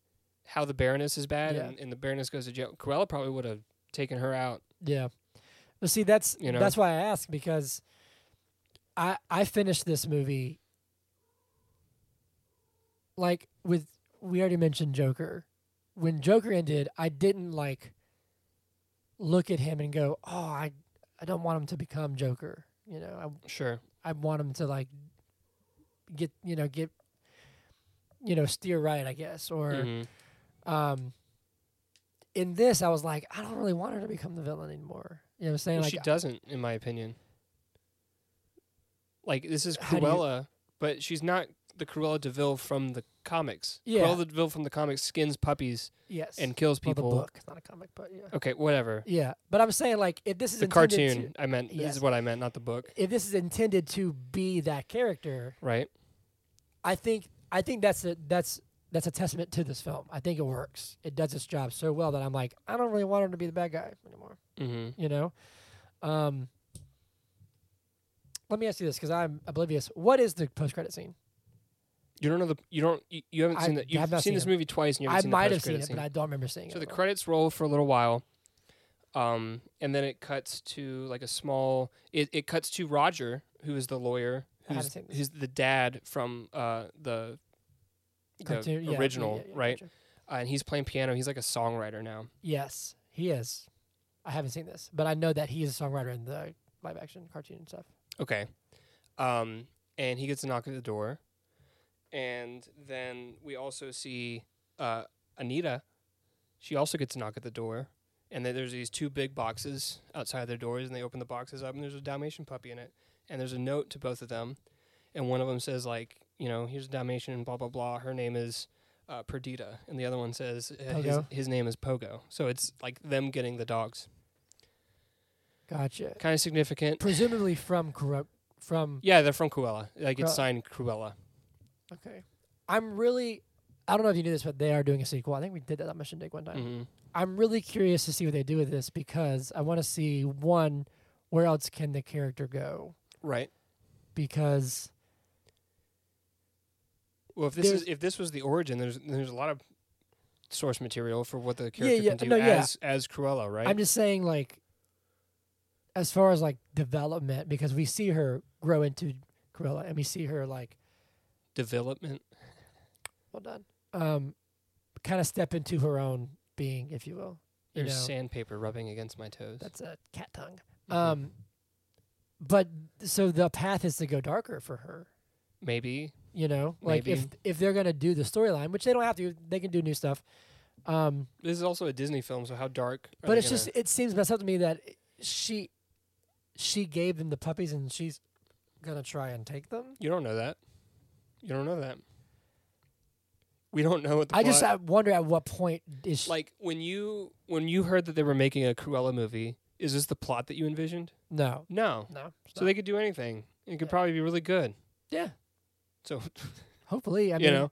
how the Baroness is bad, Yeah. and, and the Baroness goes to jail. Cruella probably would have taken her out. Yeah. But see, that's You know? that's why I ask because I I finished this movie like with we already mentioned Joker. When Joker ended, I didn't like look at him and go, "Oh, I I don't want him to become Joker." You know, Sure. I I want him to like get, you know, get you know, steer right, I guess, or Mhm. um, in this, I was like, I don't really want her to become the villain anymore. You know what I'm saying? Well, like, uh, she doesn't, in my opinion. Like this is How do you- Cruella, but she's not the Cruella Deville from the comics. Yeah. Cruella Deville from the comics skins puppies yes, and kills Well, people. the book, not a comic, but yeah, Okay, whatever. yeah. But I'm saying like, if this is The intended cartoon. I meant this Yes. is what I meant, not the book. to, if this is intended to be that character, Right. I think I think that's a that's that's a testament to this film. I think it works. It does its job so well that I'm like, I don't really want her to be the bad guy anymore. Mm-hmm. You know. Um, let me ask you this because I'm oblivious. What is the post credit scene? You don't know the you don't you, you haven't I seen that you've have seen, not seen this it. movie twice and you I haven't might seen the have seen it, post-credit but I don't remember seeing scene. it. So the at all. credits roll for a little while, um, and then it cuts to like a small. It, it cuts to Roger, who is the lawyer, I haven't who's, seen this. who's the dad from uh, the, the Cartoon- yeah, yeah, original, yeah, yeah, right? gotcha. Uh, and he's playing piano. He's like a songwriter now. Yes, he is. I haven't seen this, but I know that he is a songwriter in the live action cartoon and stuff. Okay, um, and he gets a knock at the door, and then we also see uh, Anita. She also gets a knock at the door, and then there's these two big boxes outside their doors, and they open the boxes up, and there's a Dalmatian puppy in it, and there's a note to both of them, and one of them says like, you know, here's a Dalmatian, blah blah blah. Her name is. Uh, Perdita, and the other one says uh, his, Pogo. his name is Pogo. So it's like them getting the dogs. Gotcha. Kind of significant. Presumably from corrupt from Yeah, they're from Cruella. Like Cruella. it's signed Cruella. okay. I'm really I don't know if you knew this, but they are doing a sequel. I think we did that on Mission Dig one time. Mhm. I'm really curious to see what they do with this because I want to see one, where else can the character go? Right. Because Well, if this There's- is if this was the origin, there's there's a lot of source material for what the character yeah, can do no, yeah. as as Cruella, right? I'm just saying like as far as like development, because we see her grow into Cruella and we see her like Development. well done. Um, kind of step into her own being, if you will. You There's know, sandpaper rubbing against my toes. that's a cat tongue. Mhm. Um, but so the path is to go darker for her. Maybe. You know, like if if they're gonna do the storyline, which they don't have to, they can do new stuff. Um, This is also a Disney film, so how dark? are but they it's just gonna- it seems messed up to me that she she gave them the puppies and she's gonna try and take them. you don't know that. You don't know that. We don't know what the I just plot- I wonder at what point is she, like when you when you heard that they were making a Cruella movie. Is this the plot that you envisioned? No, No. no. it's So not. they could do anything. It could Yeah. probably be really good. yeah, So hopefully. I you mean, know,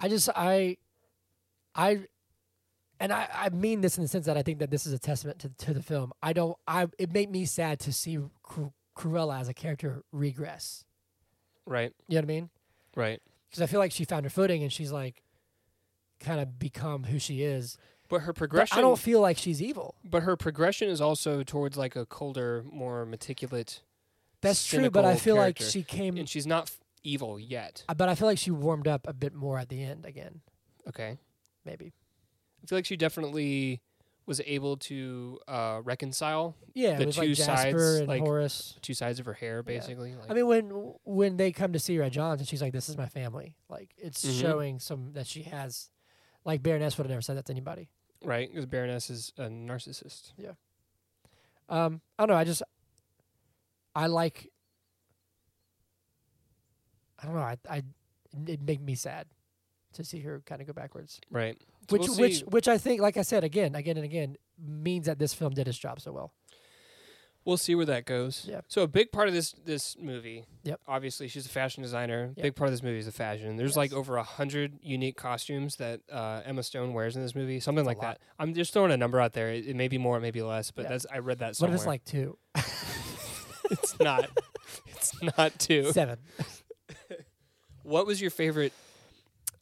I just I I and I, I mean this in the sense that I think that this is a testament to, to the film. I don't I it made me sad to see Cru- Cruella as a character regress. right, You know what I mean? right. Because I feel like she found her footing and she's like kind of become who she is. But her But progression. I don't feel like she's evil. but her progression is also towards like a colder, more meticulate, That's true, but I Cynical feel like character. she came uh, and she's not f- evil yet. but I feel like she warmed up a bit more at the end again, Okay, maybe. I feel like she definitely was able to uh, reconcile Yeah, The it was two like Jasper sides, and like, Horace. two sides of her hair, basically. Like, I mean, when when they come to see her at John's, and she's like, "This is my family," like it's Mhm. showing some that she has, like Baroness would have never said that to anybody. right? Because Baroness is a narcissist. Um, I don't know. I just, I like, I don't know. I, I it made me sad to see her kind of go backwards, Right. which we'll which see. which I think, like I said again, again and again, means that this film did its job so well. We'll see where that goes. Yeah. So a big part of this this movie. Yep. Obviously, she's a fashion designer. Yep. Big part of this movie is the fashion. There's like Yes. over a hundred unique costumes that uh, Emma Stone wears in this movie. Something That's a like that. I'm just throwing a number out there. It, it may be more, it may be less, but Yeah. that's I read that What somewhere. if it's like two, it's not. It's not two. seven? What was your favorite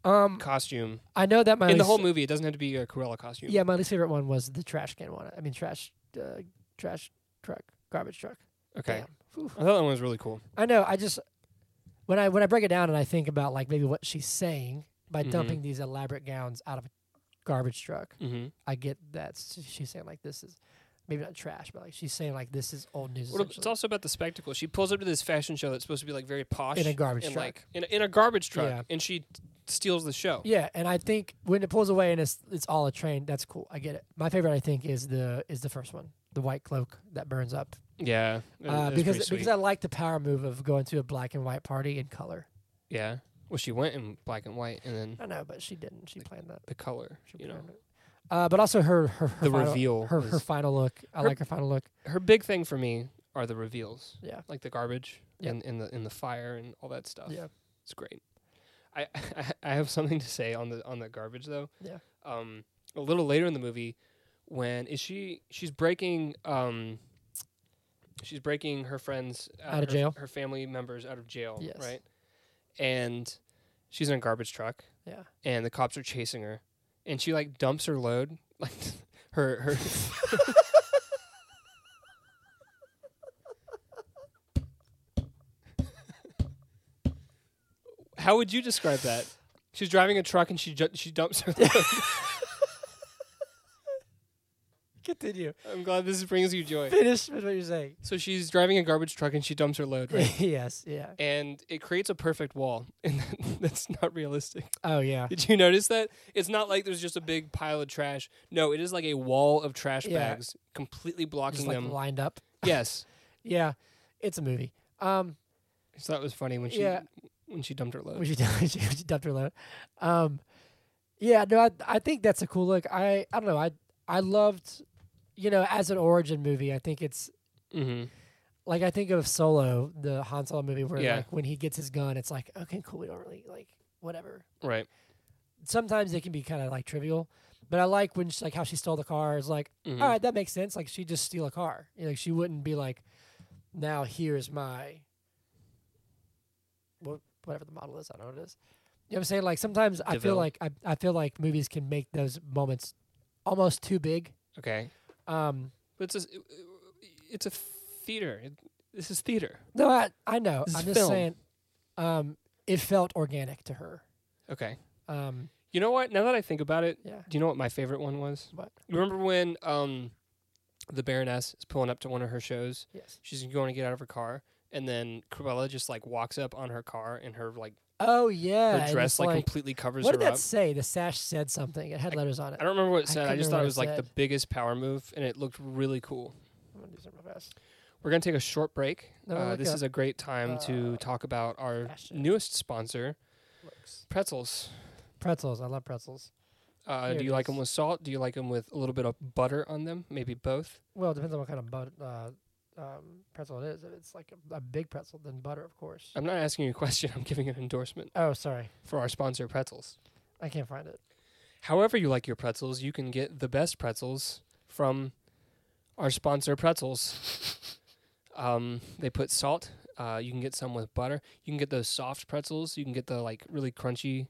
Um, costume I know that my in the least- whole movie? It doesn't have to be a Cruella costume. Yeah, my least favorite one was the trash can one. I mean, trash, uh, trash truck, garbage truck. Okay. Damn. Whew. I thought that one was really cool. I know. I just when I when I break it down and I think about like maybe what she's saying by Mhm. dumping these elaborate gowns out of a garbage truck, Mm-hmm. I get that s- she's saying like this is maybe not trash, but like she's saying like this is old news. Well, it's essentially. also about the spectacle. She pulls up to this fashion show that's supposed to be like very posh In a garbage and, truck. like in a, in a garbage truck, Yeah. and she t- steals the show. yeah, and I think when it pulls away and it's it's all a train, that's cool. I get it. My favorite, I think, is the is the first one, the white cloak that burns up Yeah, Uh, because because I like the power move of going to a black and white party in color. yeah, well, she went in black and white, and then I know, but she didn't. She planned that. the color, She you know, planned it. Uh, but also her her, her the final, reveal. her her is- final look. I Her- like her final look. her big thing for me are the reveals, Yeah. like the garbage Yeah. and in the in the fire and all that stuff. Yeah. it's great. I, I I have something to say on the on the garbage though. Yeah. Um, a little later in the movie, when is she? She's breaking um. She's breaking her friends uh, Out of her, jail. Her family members out of jail. Yes. Right. And she's in a garbage truck. Yeah. And the cops are chasing her, and she like dumps her load like her her. How would you describe that? She's driving a truck and she ju- she dumps her. load. Continue. I'm glad this brings you joy. Finish with what you're saying. So she's driving a garbage truck and she dumps her load, right? yes. Yeah. and it creates a perfect wall, and that's not realistic. Oh yeah. Did you notice that? It's not like there's just a big pile of trash. No, it is like a wall of trash Yeah. bags, completely blocking Just like them. lined up. yes, Yeah. It's a movie. Um. so that was funny when she Yeah. when she dumped her load. Would you tell she, she dumped her load? Um. Yeah. No. I I think that's a cool look. I I don't know. I I loved, you know, as an origin movie. I think it's mm-hmm. like I think of Solo, the Han Solo movie, where Yeah. like when he gets his gun, it's like okay, cool, we don't really like whatever. Right. Sometimes it can be kind of like trivial, but I like when she's like how she stole the car is like Mhm. all right, that makes sense. Like she just steal a car, You know, like she wouldn't be like, now here's my, what whatever the model is, I don't know what it is. You know what I'm saying? Like sometimes I feel DeVille. like I, I feel like movies can make those moments almost too big. Okay. Um, But it's a, it's a theater. It, this is theater. no, I I know. This is I'm just film. saying, um, it felt organic to her. Okay. Um, You know what? Now that I think about it, yeah. do you know what my favorite one was? What? You remember when um, the Baroness is pulling up to one of her shows Yes. She's going to get out of her car, and then Cruella just like walks up on her car, and her like Oh her yeah. and dress it's like, completely covers what her did that up. say? The sash said something. It had letters on it. I don't remember what it I said. I, couldn't just remember thought what it it was like the said. biggest power move, and it looked really cool. I'm gonna do something real fast. We're gonna take a short break. No, uh, look this up, is a great time to Oh, uh, talk about our fashion. newest sponsor, looks. Pretzels. Pretzels. I love pretzels. Uh, Here do it you like them is. with salt? Do you like them with a little bit of butter on them? Maybe both. Well, it depends on what kind of but, uh, um, pretzel it is. If it's like a, a big pretzel, then butter, of course. I'm not asking you a question. I'm giving an endorsement oh, sorry, for our sponsor, Pretzels. I can't find it. However you like your pretzels, you can get the best pretzels from our sponsor, Pretzels. um, they put salt. Uh, you can get some with butter. You can get those soft pretzels. You can get the like really crunchy,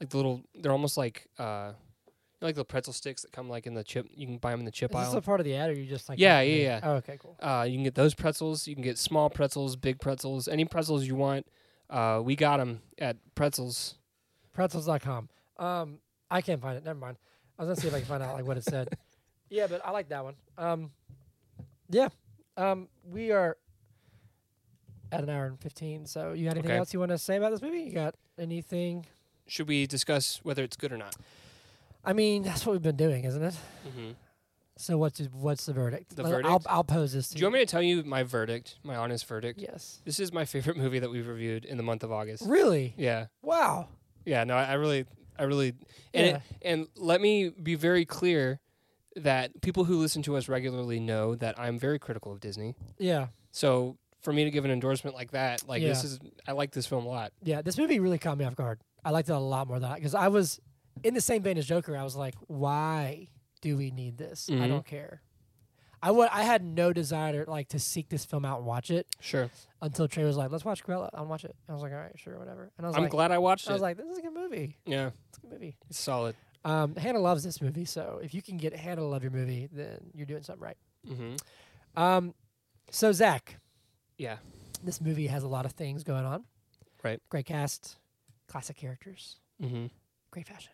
like the little. They're almost like uh, you know, like the pretzel sticks that come like in the chip. You can buy them in the chip Is this aisle. a part of the ad, or you just like? Yeah, looking yeah, at it? Oh, okay, cool. Uh, you can get those pretzels. You can get small pretzels, big pretzels, any pretzels you want. Uh, we got them at Pretzels. Pretzels.com. Um, I can't find it. Never mind. I was gonna see if I can find out like what it said. Yeah, but I like that one. Um, yeah. Um, we are at an hour and fifteen. So you got anything Okay. else you want to say about this movie? You got anything? Should we discuss whether it's good or not? I mean, that's what we've been doing, isn't it? Mm-hmm. So what's what's the verdict? The Let- I'll, verdict? I'll pose this to Do you want me to tell you my verdict, my honest verdict? Yes. This is my favorite movie that we've reviewed in the month of August. Really? Yeah, Wow. yeah. No, I, I really, I really, and it, and let me be very clear that people who listen to us regularly know that I'm very critical of Disney. Yeah. So for me to give an endorsement like that, like this Yeah. is, I like this film a lot. Yeah. This movie really caught me off guard. I liked it a lot more than I because I was in the same vein as Joker. I was like, why do we need this? I Mhm. don't care. I would. I had no desire like to seek this film out and watch it Sure, until Trey was like, "Let's watch Cruella." I'll watch it. I was like, "All right, sure, whatever." And I was I'm like, glad I watched I was it. like, "This is a good movie. yeah, It's a good movie." it's solid. Um, Hannah loves this movie, so if you can get Hannah to love your movie, then you're doing something right. Mm-hmm. Um, so Zach, Yeah. this movie has a lot of things going on. Right. Great cast, classic characters, Mm-hmm. great fashion.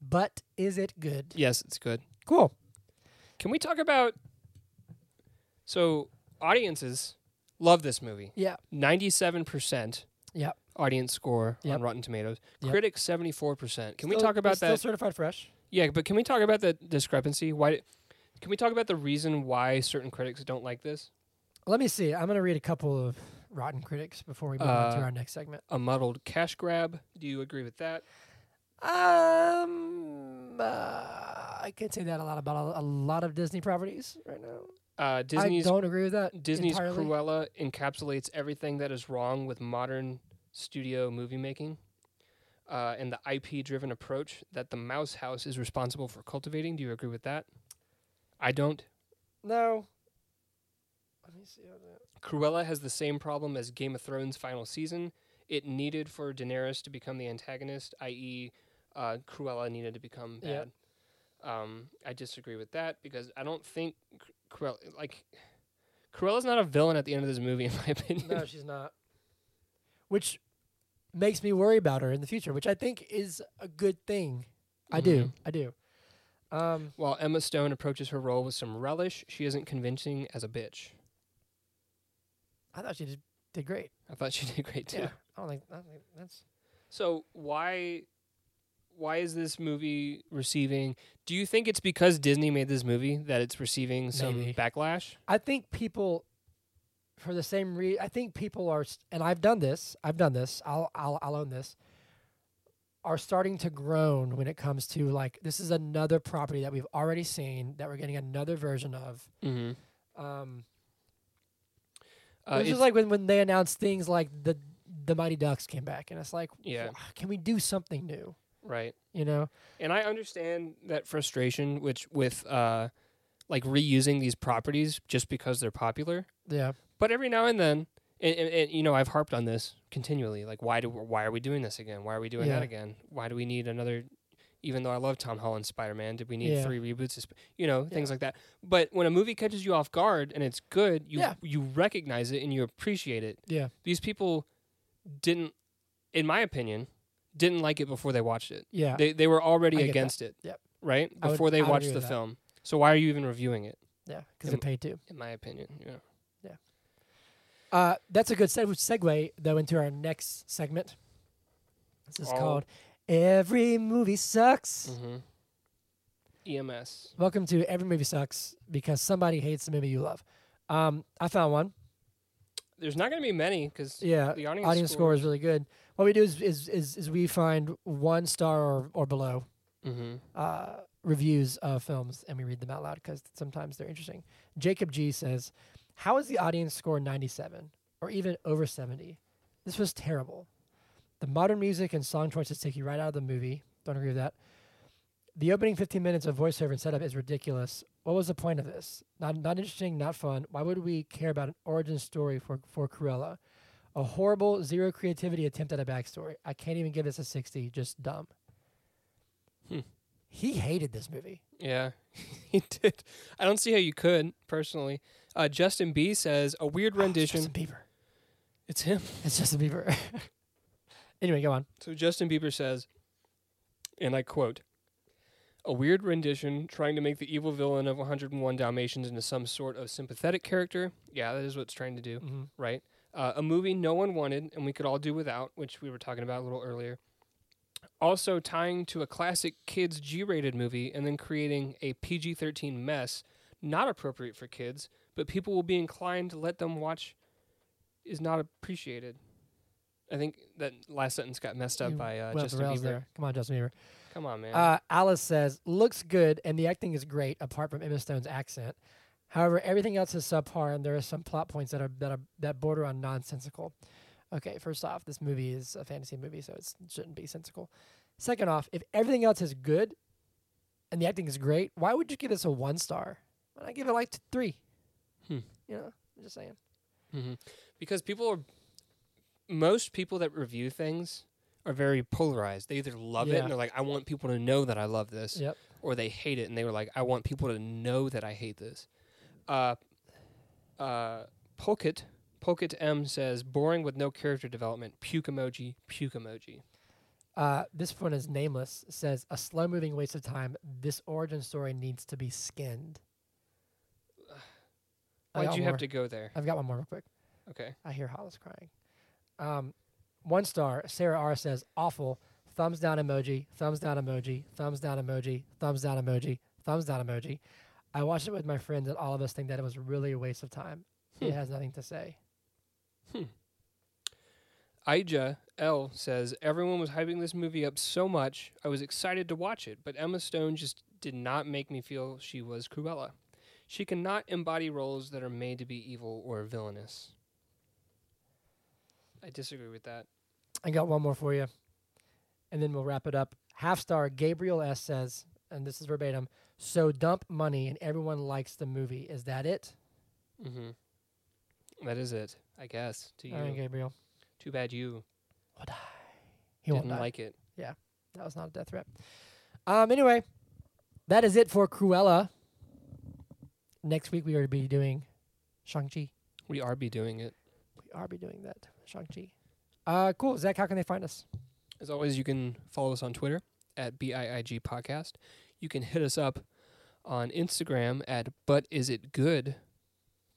But is it good? Yes, it's good. Cool. Can we talk about? So audiences love this movie. Yeah. Ninety-seven percent. Yep. Audience score Yep. on Rotten Tomatoes. Yep. Critics seventy-four percent. Can we Still- talk about it's that? Still certified fresh. yeah, but can we talk about that discrepancy? Why? Can we talk about the reason why certain critics don't like this? Let me see. I'm gonna read a couple of rotten critics before we move on to Uh, our next segment. A muddled cash grab. Do you agree with that? Um, uh, I can say that a lot about a, a lot of Disney properties right now. Uh, Disney's I don't agree with that. Disney's entirely. Cruella encapsulates everything that is wrong with modern studio movie making uh, and the IP driven approach that the Mouse House is responsible for cultivating. Do you agree with that? I don't. No. Let me see. on that. Cruella has the same problem as Game of Thrones' final season. It needed for Daenerys to become the antagonist, i.e., uh, Cruella needed to become Yeah. bad. Um, I disagree with that because I don't think Cr- Cruella, like, Cruella's not a villain at the end of this movie, in my opinion. No, she's not. Which makes me worry about her in the future, which I think is a good thing. I do. I do. Um, While Emma Stone approaches her role with some relish, she isn't convincing as a bitch. I thought she did, did great. I thought she did great too. Yeah. I don't think, I don't think that's. So why why is this movie receiving do you think it's because Disney made this movie that it's receiving some Maybe. backlash? I think people, for the same reason, I think people are, st- and I've done this. I've done this. I'll, I'll, I'll own this. Are starting to groan when it comes to like this is another property that we've already seen that we're getting another version of. Mm-hmm. Um, Uh, it was it's- just like when, when they announced things like the the Mighty Ducks came back, and it's like, Yeah. "Wha- can we do something new? right. You know, And I understand that frustration which with uh like reusing these properties just because they're popular. yeah, But every now and then, and, and, and you know, I've harped on this continually. Like, why do why are we doing this again? Why are we doing Yeah. that again? Why do we need another? Even though I love Tom Holland Spider Man, did we need Yeah. three reboots? of Sp- You know, things like that. But when a movie catches you off guard and it's good, you Yeah. you recognize it and you appreciate it. yeah, These people didn't, in my opinion, didn't like it before they watched it. yeah. They they were already I get against it. Yep. Right I would- before they I would watched agree the with that. film. So why are you even reviewing it? Yeah, because they're paid to. In my opinion, yeah. Uh, that's a good seg- segue though into our next segment. This is Oh. called "Every Movie Sucks." Mm-hmm. E EMS. Welcome to "Every Movie Sucks" because somebody hates the movie you love. Um, I found one. There's not going to be many because Yeah, the audience, audience score is really good. What we do is is, is, is we find one star or, or below Mm-hmm. uh, reviews of films and we read them out loud because sometimes they're interesting. Jacob G says, "How is the audience score 97 or even over 70? This was terrible. The modern music and song choices take you right out of the movie. Don't agree with that. The opening 15 minutes of voiceover and setup is ridiculous. What was the point of this? Not not interesting, not fun. Why would we care about an origin story for for Cruella?" A horrible zero creativity attempt at a backstory. I can't even give this a 60. Just dumb. Hmm. He hated this movie. Yeah, he did. I don't see how you could personally. Uh, Justin B says a weird Oh, it's rendition. Justin Bieber. it's him. It's Justin Bieber. anyway, go on. So Justin Bieber says, and I quote, a weird rendition trying to make the evil villain of 101 Dalmatians into some sort of sympathetic character. Yeah, that is what it's trying to do, Mhm. right? Uh, a movie no one wanted and we could all do without, which we were talking about a little earlier. Also tying to a classic kids G rated movie and then creating a PG 13 mess not appropriate for kids, but people will be inclined to let them watch is not appreciated. I think that last sentence got messed up You by uh, went off the Justin rails Bieber. there. Come on, Justin Bieber. Come on, man. Uh, Alice says, looks good and the acting is great apart from Emma Stone's accent. However, everything else is subpar and there are some plot points that are that are that border on nonsensical. Okay, first off, this movie is a fantasy movie, so it's, it shouldn't be sensical. Second off, if everything else is good and the acting is great, why would you give this a one star? Why not give it like t- three? Hmm. You know, I'm just saying. hmm Because people are, most people that review things are very polarized. They either love it Yeah. and they're like, I want people to know that I love this, Yep. or they hate it and they were like, I want people to know that I hate this. Uh, uh, Polkit, Polkit M says, boring with no character development. Puke emoji, puke emoji. Uh, this one is nameless. Says a slow moving waste of time. This origin story needs to be skinned. I Why'd got you more. have to go there? I've got one more real quick. Okay. I hear Hollis crying. Um, one star. Sarah R says awful. Thumbs down emoji. Thumbs down emoji. Thumbs down emoji. Thumbs down emoji. Thumbs down emoji. I watched it with my friends, and all of us think that it was really a waste of time. It Hmm. has nothing to say. Ija L says everyone was hyping this movie up so much. I was excited to watch it, but Emma Stone just did not make me feel she was Cruella. She cannot embody roles that are made to be evil or villainous. I disagree with that. I got one more for you, and then we'll wrap it up. Half star Gabriel S says, and this is verbatim. So dump money, and everyone likes the movie. Is that it? Mm-hmm. That is it, I guess. To you, All right, Gabriel. too bad you Will die. He didn't won't die. like it. That was not a death threat. Um. Anyway, that is it for Cruella. Next week we are to be doing Shang Chi. We are be doing it. We are be doing that Shang Chi. Uh, cool. Zach, how can they find us? As always, you can follow us on Twitter at BIIG Podcast. You can hit us up on Instagram at But Is It Good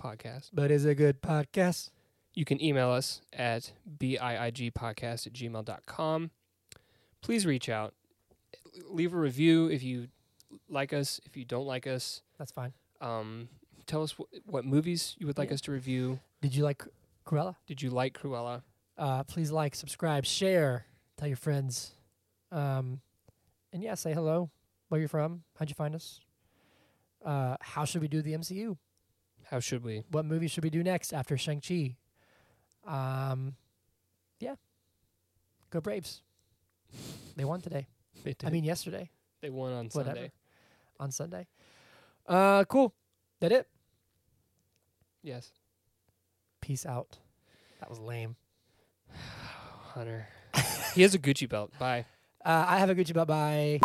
Podcast. But is a good podcast. You can email us at BIIGpodcast at gmail.com. Please reach out. Leave a review if you like us, if you don't like us. That's fine. Um, tell us wh- what movies you would like Yeah. us to review. Did you like Cruella? Did you like Cruella? Uh, please like, subscribe, share, tell your friends. Um, and yeah, say hello. Where you're from? How'd you find us? Uh, how should we do the MCU? How should we? What movie should we do next after Shang Chi? Um, yeah, go Braves. They won today. They, I mean, yesterday they won on whatever. Sunday. on Sunday. Uh, cool. That it. Yes. Peace out. That was lame. Hunter. he has a Gucci belt. Bye. Uh, I have a Gucci belt. Bye.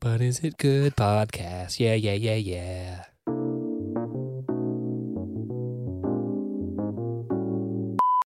But is it good podcast? Yeah, yeah, yeah, yeah.